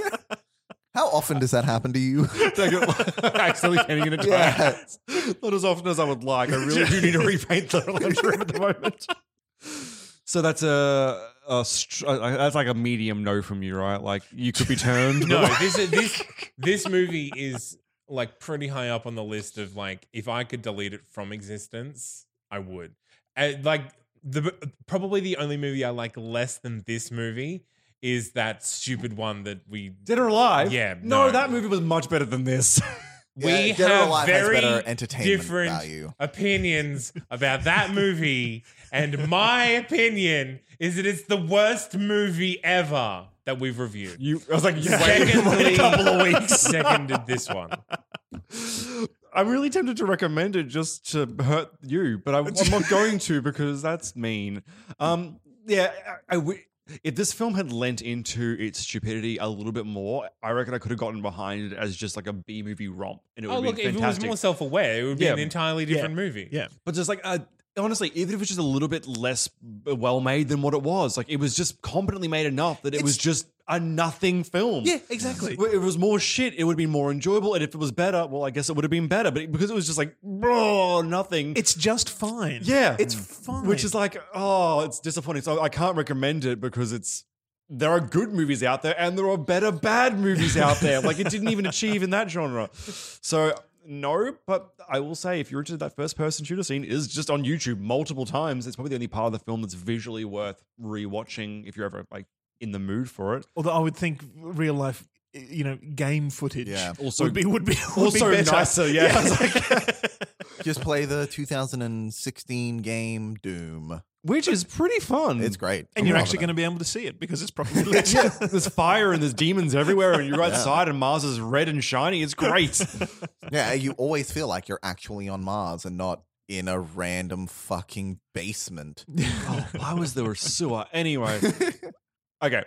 Speaker 2: How often does that happen to you?
Speaker 1: They go, accidentally painting an entire house. Not as often as I would like. I really do need to repaint the lunchroom at the moment. So that's a, a str- uh, that's like a medium no from you, right? Like you could be turned.
Speaker 4: No, this is- this this movie is like pretty high up on the list of like if I could delete it from existence, I would. And like the probably the only movie I like less than this movie is that stupid one that we
Speaker 1: Dead or Alive?
Speaker 4: Yeah,
Speaker 1: No,
Speaker 4: no.
Speaker 1: that movie was much better than this.
Speaker 4: we
Speaker 2: Dead or
Speaker 4: have
Speaker 2: Alive has
Speaker 4: very
Speaker 2: better entertainment
Speaker 4: different
Speaker 2: value.
Speaker 4: opinions about that movie, and my opinion is that it's the worst movie ever that we've reviewed.
Speaker 1: You, I was like, yeah,
Speaker 4: Secondly,
Speaker 1: a couple of weeks.
Speaker 4: seconded this one.
Speaker 1: I'm really tempted to recommend it just to hurt you, but I, I'm not going to because that's mean. Um, yeah, I, I wi- if this film had lent into its stupidity a little bit more, I reckon I could have gotten behind it as just like a B movie romp, and it would
Speaker 4: Oh,
Speaker 1: have
Speaker 4: look,
Speaker 1: been
Speaker 4: if it was
Speaker 1: fantastic.
Speaker 4: more self aware, it would be
Speaker 1: Yeah.
Speaker 4: an entirely different movie.
Speaker 3: yeah.
Speaker 1: but just like, uh, honestly, even if it's just a little bit less well made than what it was, like it was just competently made enough that it was just a nothing film.
Speaker 3: Yeah, exactly.
Speaker 1: If it was more shit, it would be more enjoyable. And if it was better, well, I guess it would have been better. But because it was just like, bro, nothing.
Speaker 3: It's just fine.
Speaker 1: yeah.
Speaker 3: It's fine.
Speaker 1: Which is like, oh, it's disappointing. So I can't recommend it because it's. There are good movies out there and there are better bad movies out there. Like it didn't even achieve in that genre. So no, but I will say if you're interested, that first person shooter scene is just on YouTube multiple times. It's probably the only part of the film that's visually worth rewatching if you're ever like in the mood for it.
Speaker 3: Although I would think real life, you know, game footage
Speaker 2: Yeah.
Speaker 1: Also-
Speaker 3: would be would be would
Speaker 1: also
Speaker 3: be better.
Speaker 1: nicer, yeah. I was
Speaker 2: Just play the 2016 game Doom.
Speaker 1: Which is pretty fun.
Speaker 2: It's great.
Speaker 3: and
Speaker 2: I'm
Speaker 3: you're
Speaker 2: loving
Speaker 3: actually
Speaker 2: it.
Speaker 3: going to be able to see it because it's probably legit.
Speaker 1: there's fire and there's demons everywhere, and you're outside, and Mars is red and shiny. It's great.
Speaker 2: Yeah, you always feel like you're actually on Mars and not in a random fucking basement.
Speaker 1: oh, why was there a sewer? Anyway, okay.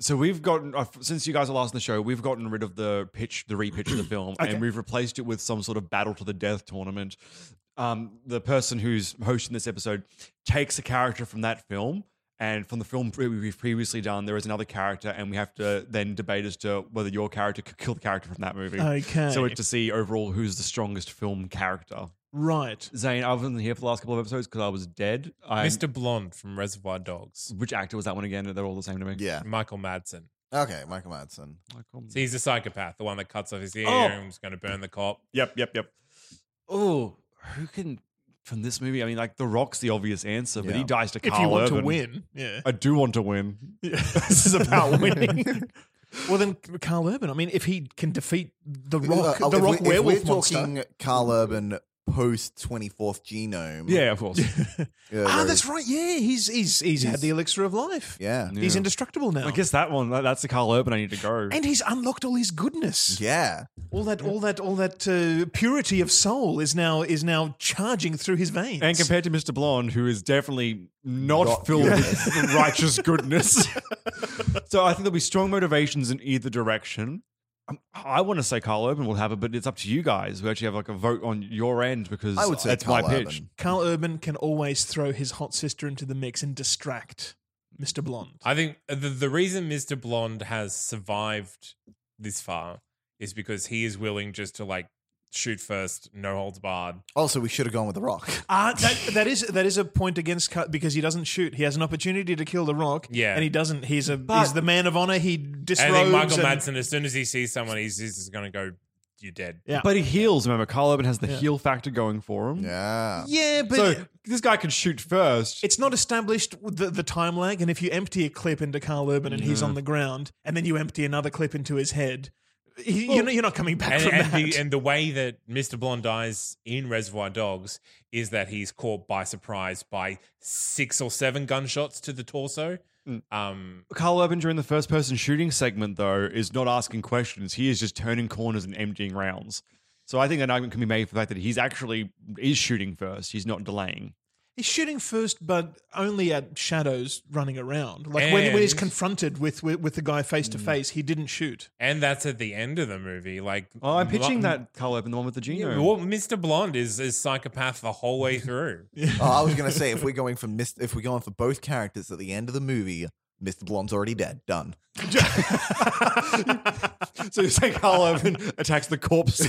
Speaker 1: So we've gotten uh, since you guys are last in the show, we've gotten rid of the pitch, the repitch of the film, and we've replaced it with some sort of battle to the death tournament. Um, the person who's hosting this episode takes a character from that film, and from the film pre- we've previously done, there is another character, and we have to then debate as to whether your character could kill the character from that movie.
Speaker 3: Okay.
Speaker 1: So it's to see overall who's the strongest film character.
Speaker 3: right.
Speaker 1: Zane, I wasn't here for the last couple of episodes because I was dead. I,
Speaker 4: Mr. Blonde from Reservoir Dogs,
Speaker 1: which actor was that one again? They're all the same to me.
Speaker 2: Yeah.
Speaker 4: Michael Madsen.
Speaker 2: Okay, Michael Madsen.
Speaker 3: Oh,
Speaker 4: So he's a psychopath, the one that cuts off his ear
Speaker 1: Oh.
Speaker 4: and is going to burn the cop.
Speaker 1: Yep, yep, yep. Oh, who can from this movie? I mean, like The Rock's the obvious answer, but
Speaker 2: Yeah.
Speaker 1: he dies to
Speaker 3: If
Speaker 1: Carl
Speaker 3: you want
Speaker 1: Urban.
Speaker 3: to win, yeah.
Speaker 1: I do want to win. this is about winning.
Speaker 3: Well, then Carl Urban. I mean, if he can defeat the Rock,
Speaker 2: Uh,
Speaker 3: the
Speaker 2: if
Speaker 3: Rock
Speaker 2: we- if we're
Speaker 3: werewolf monster.
Speaker 2: talking Carl Urban post 24th genome.
Speaker 1: yeah, of course.
Speaker 2: uh,
Speaker 3: ah,
Speaker 2: where
Speaker 3: that's
Speaker 2: he's-
Speaker 3: right. Yeah, he's he's he's had the elixir of life.
Speaker 2: Yeah.
Speaker 3: He's
Speaker 1: Yeah.
Speaker 3: indestructible now.
Speaker 1: I guess that one. that- that's the Carl Urban I need to go.
Speaker 3: and he's unlocked all his goodness.
Speaker 2: Yeah.
Speaker 3: All that, all that, all that uh, purity of soul is now is now charging through his veins.
Speaker 1: And compared to Mr. Blonde, who is definitely not,
Speaker 2: Not
Speaker 1: filled with righteous goodness. so I think there'll be strong motivations in either direction. Um, I want to say Carl Urban will have it, but it's up to you guys. We actually have like a vote on your end because
Speaker 2: I would say
Speaker 1: that's
Speaker 2: Carl
Speaker 1: my pitch.
Speaker 2: Urban.
Speaker 3: Carl Urban can always throw his hot sister into the mix and distract Mr. Blonde.
Speaker 4: I think uh, the, the reason Mr. Blonde has survived this far is because he is willing just to like shoot first, no holds barred.
Speaker 2: Also, we should have gone with The Rock.
Speaker 3: Ah, that, that is that is a point against Car- because he doesn't shoot. He has an opportunity to kill the Rock.
Speaker 4: Yeah.
Speaker 3: and he doesn't. He's a he's
Speaker 1: But-
Speaker 3: the man of honor. He
Speaker 4: And
Speaker 3: disrobes.
Speaker 4: I think Michael
Speaker 3: and-
Speaker 4: Madsen, as soon as he sees someone, he's, he's just going to go, "You're dead."
Speaker 3: Yeah.
Speaker 1: But he heals, remember. Carl Urban has the heel factor going for him.
Speaker 2: Yeah.
Speaker 3: Oh. Yeah, but
Speaker 1: So this guy can shoot first.
Speaker 3: it's not established with the, the time lag. And if you empty a clip into Carl Urban and he's on the ground, and then you empty another clip into his head, he, you're, not, you're not coming back
Speaker 4: And,
Speaker 3: from
Speaker 4: and,
Speaker 3: that.
Speaker 4: the, and the way that Mr. Blonde dies in Reservoir Dogs is that he's caught by surprise by six or seven gunshots to the torso.
Speaker 1: Hmm.
Speaker 4: Um,
Speaker 1: Carl Urban during the first person shooting segment, though, is not asking questions. He is just turning corners and emptying rounds. So I think an argument can be made for the fact that he's actually is shooting first. He's not delaying.
Speaker 3: He's shooting first, but only at shadows running around. Like when, when he's
Speaker 4: And-
Speaker 3: confronted with, with with the guy face to face, he didn't shoot.
Speaker 4: and that's at the end of the movie. Like,
Speaker 1: Oh, I'm pitching
Speaker 4: Lo-
Speaker 1: that Carl Urban, the one with the
Speaker 4: Yeah,
Speaker 1: genome.
Speaker 4: well, Mr. Blonde is is psychopath the whole way through.
Speaker 2: Oh, I was going to say, if we're going for mis- if we're going for both characters at the end of the movie, Mr. Blonde's already dead. Done.
Speaker 1: so you say Carl Urban attacks the corpse.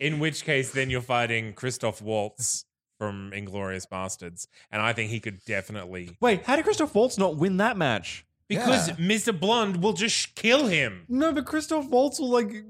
Speaker 4: In which case, then you're fighting Christoph Waltz from Inglorious Bastards, and I think he could definitely
Speaker 1: Wait, how did Christoph Waltz not win that match?
Speaker 4: because
Speaker 2: Yeah.
Speaker 4: Mr. Blonde will just sh- kill him.
Speaker 1: No, but Christoph Waltz will like.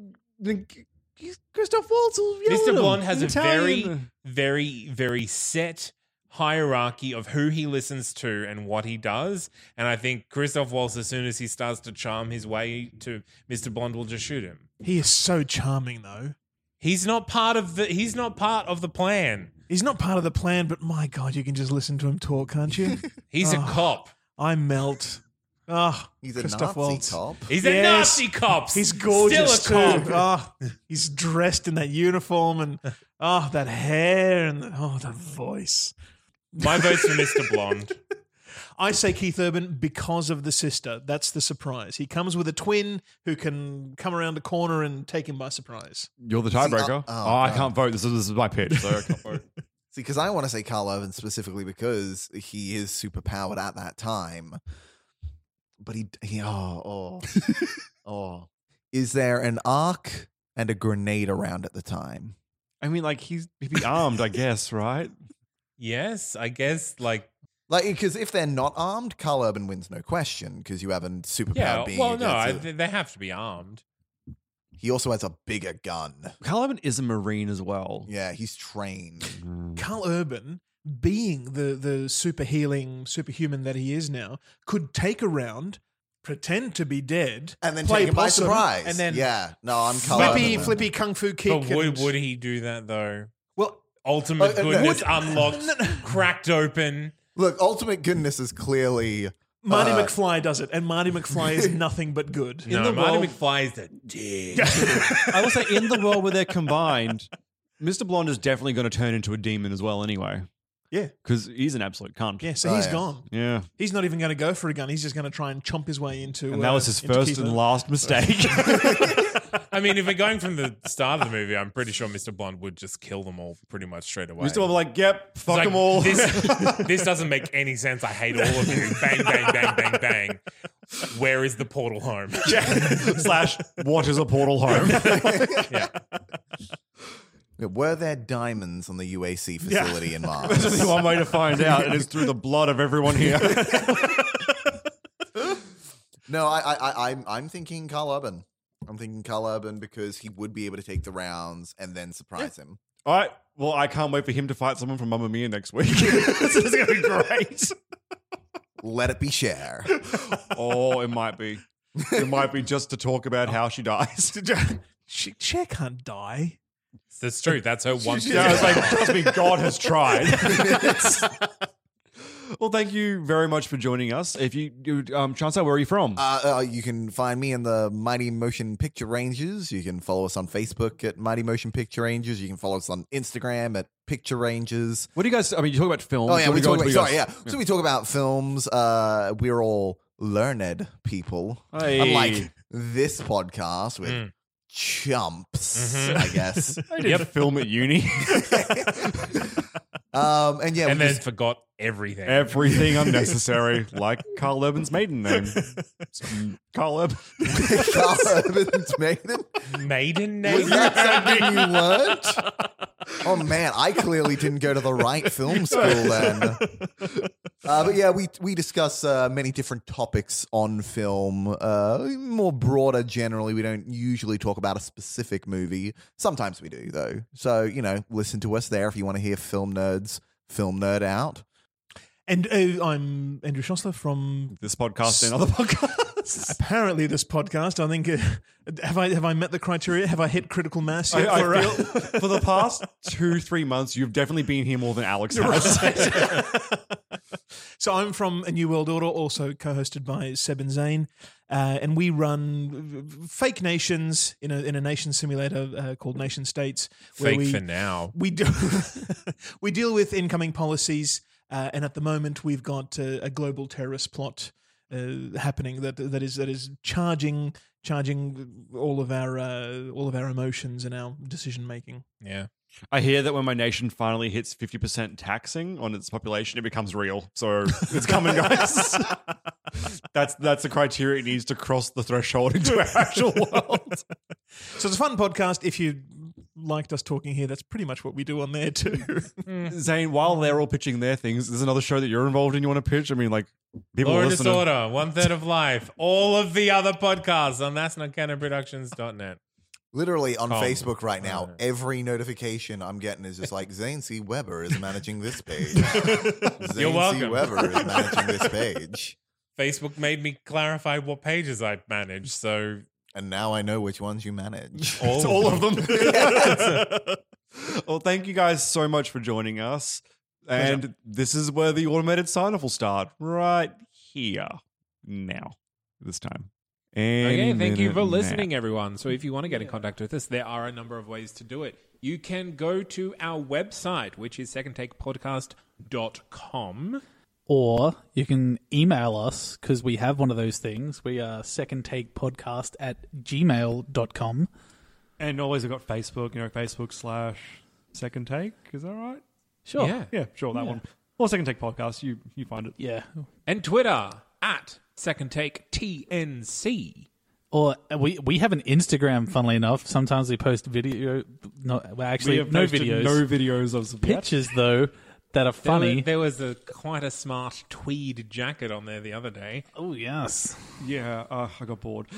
Speaker 1: Christoph Waltz will.
Speaker 4: Mr. Blonde has a very, very, very set hierarchy of who he listens to and what he does, and I think Christoph Waltz, as soon as he starts to charm his way to Mr. Blonde, will just shoot him.
Speaker 3: He is so charming, though.
Speaker 4: He's not part of the. He's not part of the plan.
Speaker 3: He's not part of the plan, but my God, you can just listen to him talk, can't you?
Speaker 4: He's a
Speaker 3: Oh.
Speaker 4: cop.
Speaker 3: I melt. Ah,
Speaker 2: He's a
Speaker 3: Christoph
Speaker 2: Nazi
Speaker 3: Waltz.
Speaker 2: cop.
Speaker 4: He's a
Speaker 3: Yes.
Speaker 4: Nazi cop.
Speaker 3: He's gorgeous
Speaker 4: Still a
Speaker 3: too.
Speaker 4: cop.
Speaker 3: Ah, he's dressed in that uniform and ah, that hair and oh, the voice.
Speaker 4: My vote's for Mr. Blonde.
Speaker 3: I say Keith Urban because of the sister. That's the surprise. He comes with a twin who can come around a corner and take him by surprise.
Speaker 1: You're the tiebreaker.
Speaker 4: uh,
Speaker 2: oh,
Speaker 1: oh, I
Speaker 2: God.
Speaker 1: can't vote. This is, this is my pitch. So I can't vote.
Speaker 2: See, because I want to say Carl Urban specifically because he is super powered at that time. But he, he oh, oh, oh. Is there an arc and a grenade around at the time?
Speaker 1: I mean, like he's he'd be armed, I guess, right?
Speaker 4: Yes, I guess like
Speaker 2: Like, because if they're not armed, Carl Urban wins no question because you have a superpowered
Speaker 4: yeah.
Speaker 2: being.
Speaker 4: Well, no, I,
Speaker 2: against it.
Speaker 4: they they have to be armed.
Speaker 2: He also has a bigger gun.
Speaker 1: Carl Urban is a Marine as well.
Speaker 2: Yeah, he's trained.
Speaker 3: Mm-hmm.
Speaker 1: Mm.
Speaker 3: Carl Urban, being the the super healing superhuman that he is now, could take a round, pretend to be dead,
Speaker 2: And then
Speaker 3: play
Speaker 2: take him by
Speaker 3: possum,
Speaker 2: surprise.
Speaker 3: and then
Speaker 2: yeah, no, I'm Carl
Speaker 3: flippy
Speaker 2: Urban.
Speaker 3: flippy kung fu kick.
Speaker 4: But would,
Speaker 3: and-
Speaker 1: uh,
Speaker 4: would he do that though?
Speaker 3: Well,
Speaker 4: Ultimate
Speaker 2: Uh, uh, no.
Speaker 4: goodness
Speaker 2: Would-
Speaker 4: unlocked, cracked open.
Speaker 2: Look, ultimate goodness is clearly
Speaker 3: Marty
Speaker 2: Uh,
Speaker 3: McFly does it, and Marty McFly is nothing but good.
Speaker 4: no,
Speaker 1: the
Speaker 4: Marty
Speaker 1: world-
Speaker 4: McFly is the dick.
Speaker 1: I will say, in the world where they're combined, Mr. Blonde is definitely going to turn into a demon as well, anyway.
Speaker 3: Yeah.
Speaker 1: Because he's an absolute cunt.
Speaker 3: Yeah, so
Speaker 2: Oh,
Speaker 3: he's
Speaker 2: yeah.
Speaker 3: gone.
Speaker 1: Yeah.
Speaker 3: He's not even going to go for a gun. He's just going to try and chomp his way into.
Speaker 1: And that
Speaker 3: uh,
Speaker 1: was his
Speaker 3: into
Speaker 1: first
Speaker 3: Keith
Speaker 1: and
Speaker 3: Urban.
Speaker 1: last mistake.
Speaker 4: I mean, if we're going from the start of the movie, I'm pretty sure Mr. Blonde would just kill them all pretty much straight away.
Speaker 1: Mr. Blonde was like, yep, fuck
Speaker 4: It's
Speaker 1: them
Speaker 4: like,
Speaker 1: all.
Speaker 4: This, this doesn't make any sense. I hate all of you. Bang, bang, bang, bang, bang. Where is the portal home?
Speaker 1: Slash, what is a portal home?
Speaker 2: were there diamonds on the UAC facility in
Speaker 1: There's
Speaker 2: Mars?
Speaker 1: only one way to find out, and it's through the blood of everyone here.
Speaker 2: no, I, I, I, I'm, I'm thinking Carl Urban. I'm thinking Carl Urban because he would be able to take the rounds and then surprise him.
Speaker 1: all right. Well, I can't wait for him to fight someone from Mamma Mia next week. this is going to be great.
Speaker 2: Let it be Cher.
Speaker 1: Oh, it might be. It might be just to talk about how she dies.
Speaker 3: She, Cher can't die.
Speaker 4: That's true. That's her one.
Speaker 1: Yeah, I was like, trust me, God has tried. well, thank you very much for joining us. If you, you- um, Chancellor, where are you from?
Speaker 2: Uh, uh, you can find me in the Mighty Motion Picture Rangers. You can follow us on Facebook at Mighty Motion Picture Rangers. You can follow us on Instagram at Picture Rangers.
Speaker 1: what do you guys? I mean, you talk about film.
Speaker 2: Oh yeah,
Speaker 1: so
Speaker 2: we
Speaker 1: go
Speaker 2: talk
Speaker 1: into
Speaker 2: about,
Speaker 1: you
Speaker 2: sorry,
Speaker 1: guys-
Speaker 2: yeah. So we talk about films. Uh, we're all learned people,
Speaker 1: Hey.
Speaker 2: unlike this podcast with chumps, I guess.
Speaker 1: I did film at uni.
Speaker 2: um, and yeah, we
Speaker 4: and then
Speaker 2: just-
Speaker 4: forgot everything.
Speaker 1: Everything unnecessary, like Carl Urban's maiden name. Carl Urban.
Speaker 2: Carl Urban's Maiden.
Speaker 4: Maiden
Speaker 2: Was
Speaker 4: name?
Speaker 2: that something you learned? Oh man, I clearly didn't go to the right film school then. Uh, but yeah, we we discuss uh, many different topics on film, uh, more broader generally. We don't usually talk about a specific movie. Sometimes we do though. So you know, listen to us there if you want to hear film nerds film nerd out.
Speaker 3: And uh, I'm Andrew Schossler from
Speaker 1: This podcast and other podcasts.
Speaker 3: apparently this podcast. I think uh, have I have I met the criteria? Have I hit critical mass
Speaker 1: I,
Speaker 3: yet?
Speaker 1: I
Speaker 3: for, uh,
Speaker 1: feel for the past two, three months, you've definitely been here more than Alex has.
Speaker 3: So I'm from A New World Order, also co-hosted by Seb and Zane, uh, and we run uh, fake nations in a in a nation simulator uh, called Nation States.
Speaker 4: Fake
Speaker 3: we,
Speaker 4: for now.
Speaker 3: We do we deal with incoming policies, uh, and at the moment we've got uh, a global terrorist plot uh, happening that that is that is charging charging all of our uh, all of our emotions and our decision making.
Speaker 4: Yeah.
Speaker 1: I hear that when my nation finally hits 50% taxing on its population, it becomes real. So it's coming, guys. that's that's the criteria it needs to cross the threshold into our actual world.
Speaker 3: So it's a fun podcast. If you liked us talking here, that's pretty much what we do on there too.
Speaker 1: Zane, while they're all pitching their things, there's another show that you're involved in you want to pitch? I mean, like, people
Speaker 4: Law
Speaker 1: are
Speaker 4: and
Speaker 1: listening.
Speaker 4: Disorder, One Third of Life, all of the other podcasts on that's not canon productions.net.
Speaker 2: Literally on
Speaker 4: Oh,
Speaker 2: Facebook right now,
Speaker 4: alright.
Speaker 2: every notification I'm getting is just like Zane C. Weber is managing this page.
Speaker 4: You're
Speaker 2: Zane C.
Speaker 4: welcome.
Speaker 2: Weber is managing this page.
Speaker 4: Facebook made me clarify what pages I manage, so
Speaker 2: And now I know which ones you manage.
Speaker 4: all,
Speaker 1: It's all of them. well, thank you guys so much for joining us. And this is where the automated sign off will start right here now, this time.
Speaker 8: Okay,
Speaker 1: Any
Speaker 8: thank you
Speaker 1: minute
Speaker 8: for
Speaker 1: now.
Speaker 8: listening, everyone. So, if you want to get in contact with us, there are a number of ways to do it. You can go to our website, which is secondtakepodcast.com.
Speaker 9: Or you can email us because we have one of those things. We are second take podcast at gmail.com.
Speaker 1: And always I've got Facebook, you know, Facebook slash second take. Is that right?
Speaker 9: Sure.
Speaker 8: Yeah.
Speaker 1: Yeah, sure, that
Speaker 9: Yeah.
Speaker 1: one. Or second take podcast, you you find it.
Speaker 9: Yeah.
Speaker 8: And Twitter at secondtaketnc.
Speaker 9: Or uh, we we have an Instagram, funnily enough. Sometimes we post video. No, well, actually, no
Speaker 1: posted
Speaker 9: videos.
Speaker 1: No videos of
Speaker 9: Pictures, though, that are
Speaker 8: There wa-
Speaker 9: funny.
Speaker 8: There was a quite a smart tweed jacket on there the other day.
Speaker 9: Oh, yes.
Speaker 1: Yeah, uh, I got bored.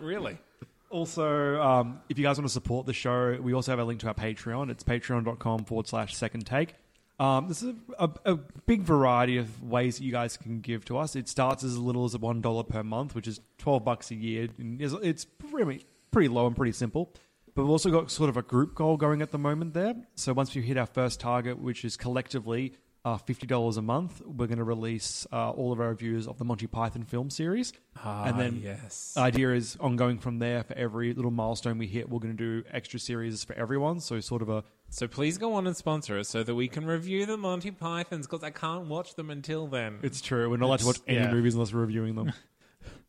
Speaker 8: Really?
Speaker 3: Also, um, if you guys want to support the show, we also have a link to our Patreon. It's patreon.com forward slash second take. Um, this is a, a, a big variety of ways that you guys can give to us. It starts as little as $1 per month, which is 12 bucks a year. And it's, it's pretty, pretty low and pretty simple. But we've also got sort of a group goal going at the moment there. So once we hit our first target, which is collectively uh, $50 a month, we're going to release uh, all of our reviews of the Monty Python film series. and then
Speaker 4: yes.
Speaker 3: idea is ongoing from there for every little milestone we hit, we're going to do extra series for everyone. So sort of a
Speaker 4: So please go on and sponsor us so that we can review the Monty Pythons because I can't watch them until then.
Speaker 3: It's true. We're not allowed to watch any
Speaker 9: yeah.
Speaker 3: movies unless we're reviewing them.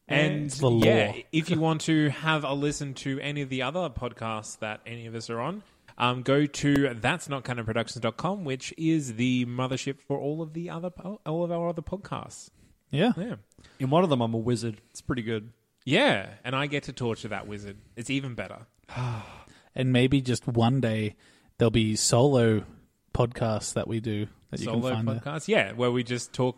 Speaker 4: and
Speaker 9: It's the law.
Speaker 4: yeah, if you want to have a listen to any of the other podcasts that any of us are on, um, go to that's not kind of productions.com, which is the mothership for all of the other po- all of our other podcasts.
Speaker 9: Yeah.
Speaker 4: Yeah.
Speaker 3: In one of them, I'm a wizard. It's pretty good.
Speaker 4: Yeah, and I get to torture that wizard. It's even better.
Speaker 9: And maybe just one day there'll be solo podcasts that we do that you
Speaker 4: Solo
Speaker 9: can find. there.
Speaker 4: podcast. Yeah, where we just talk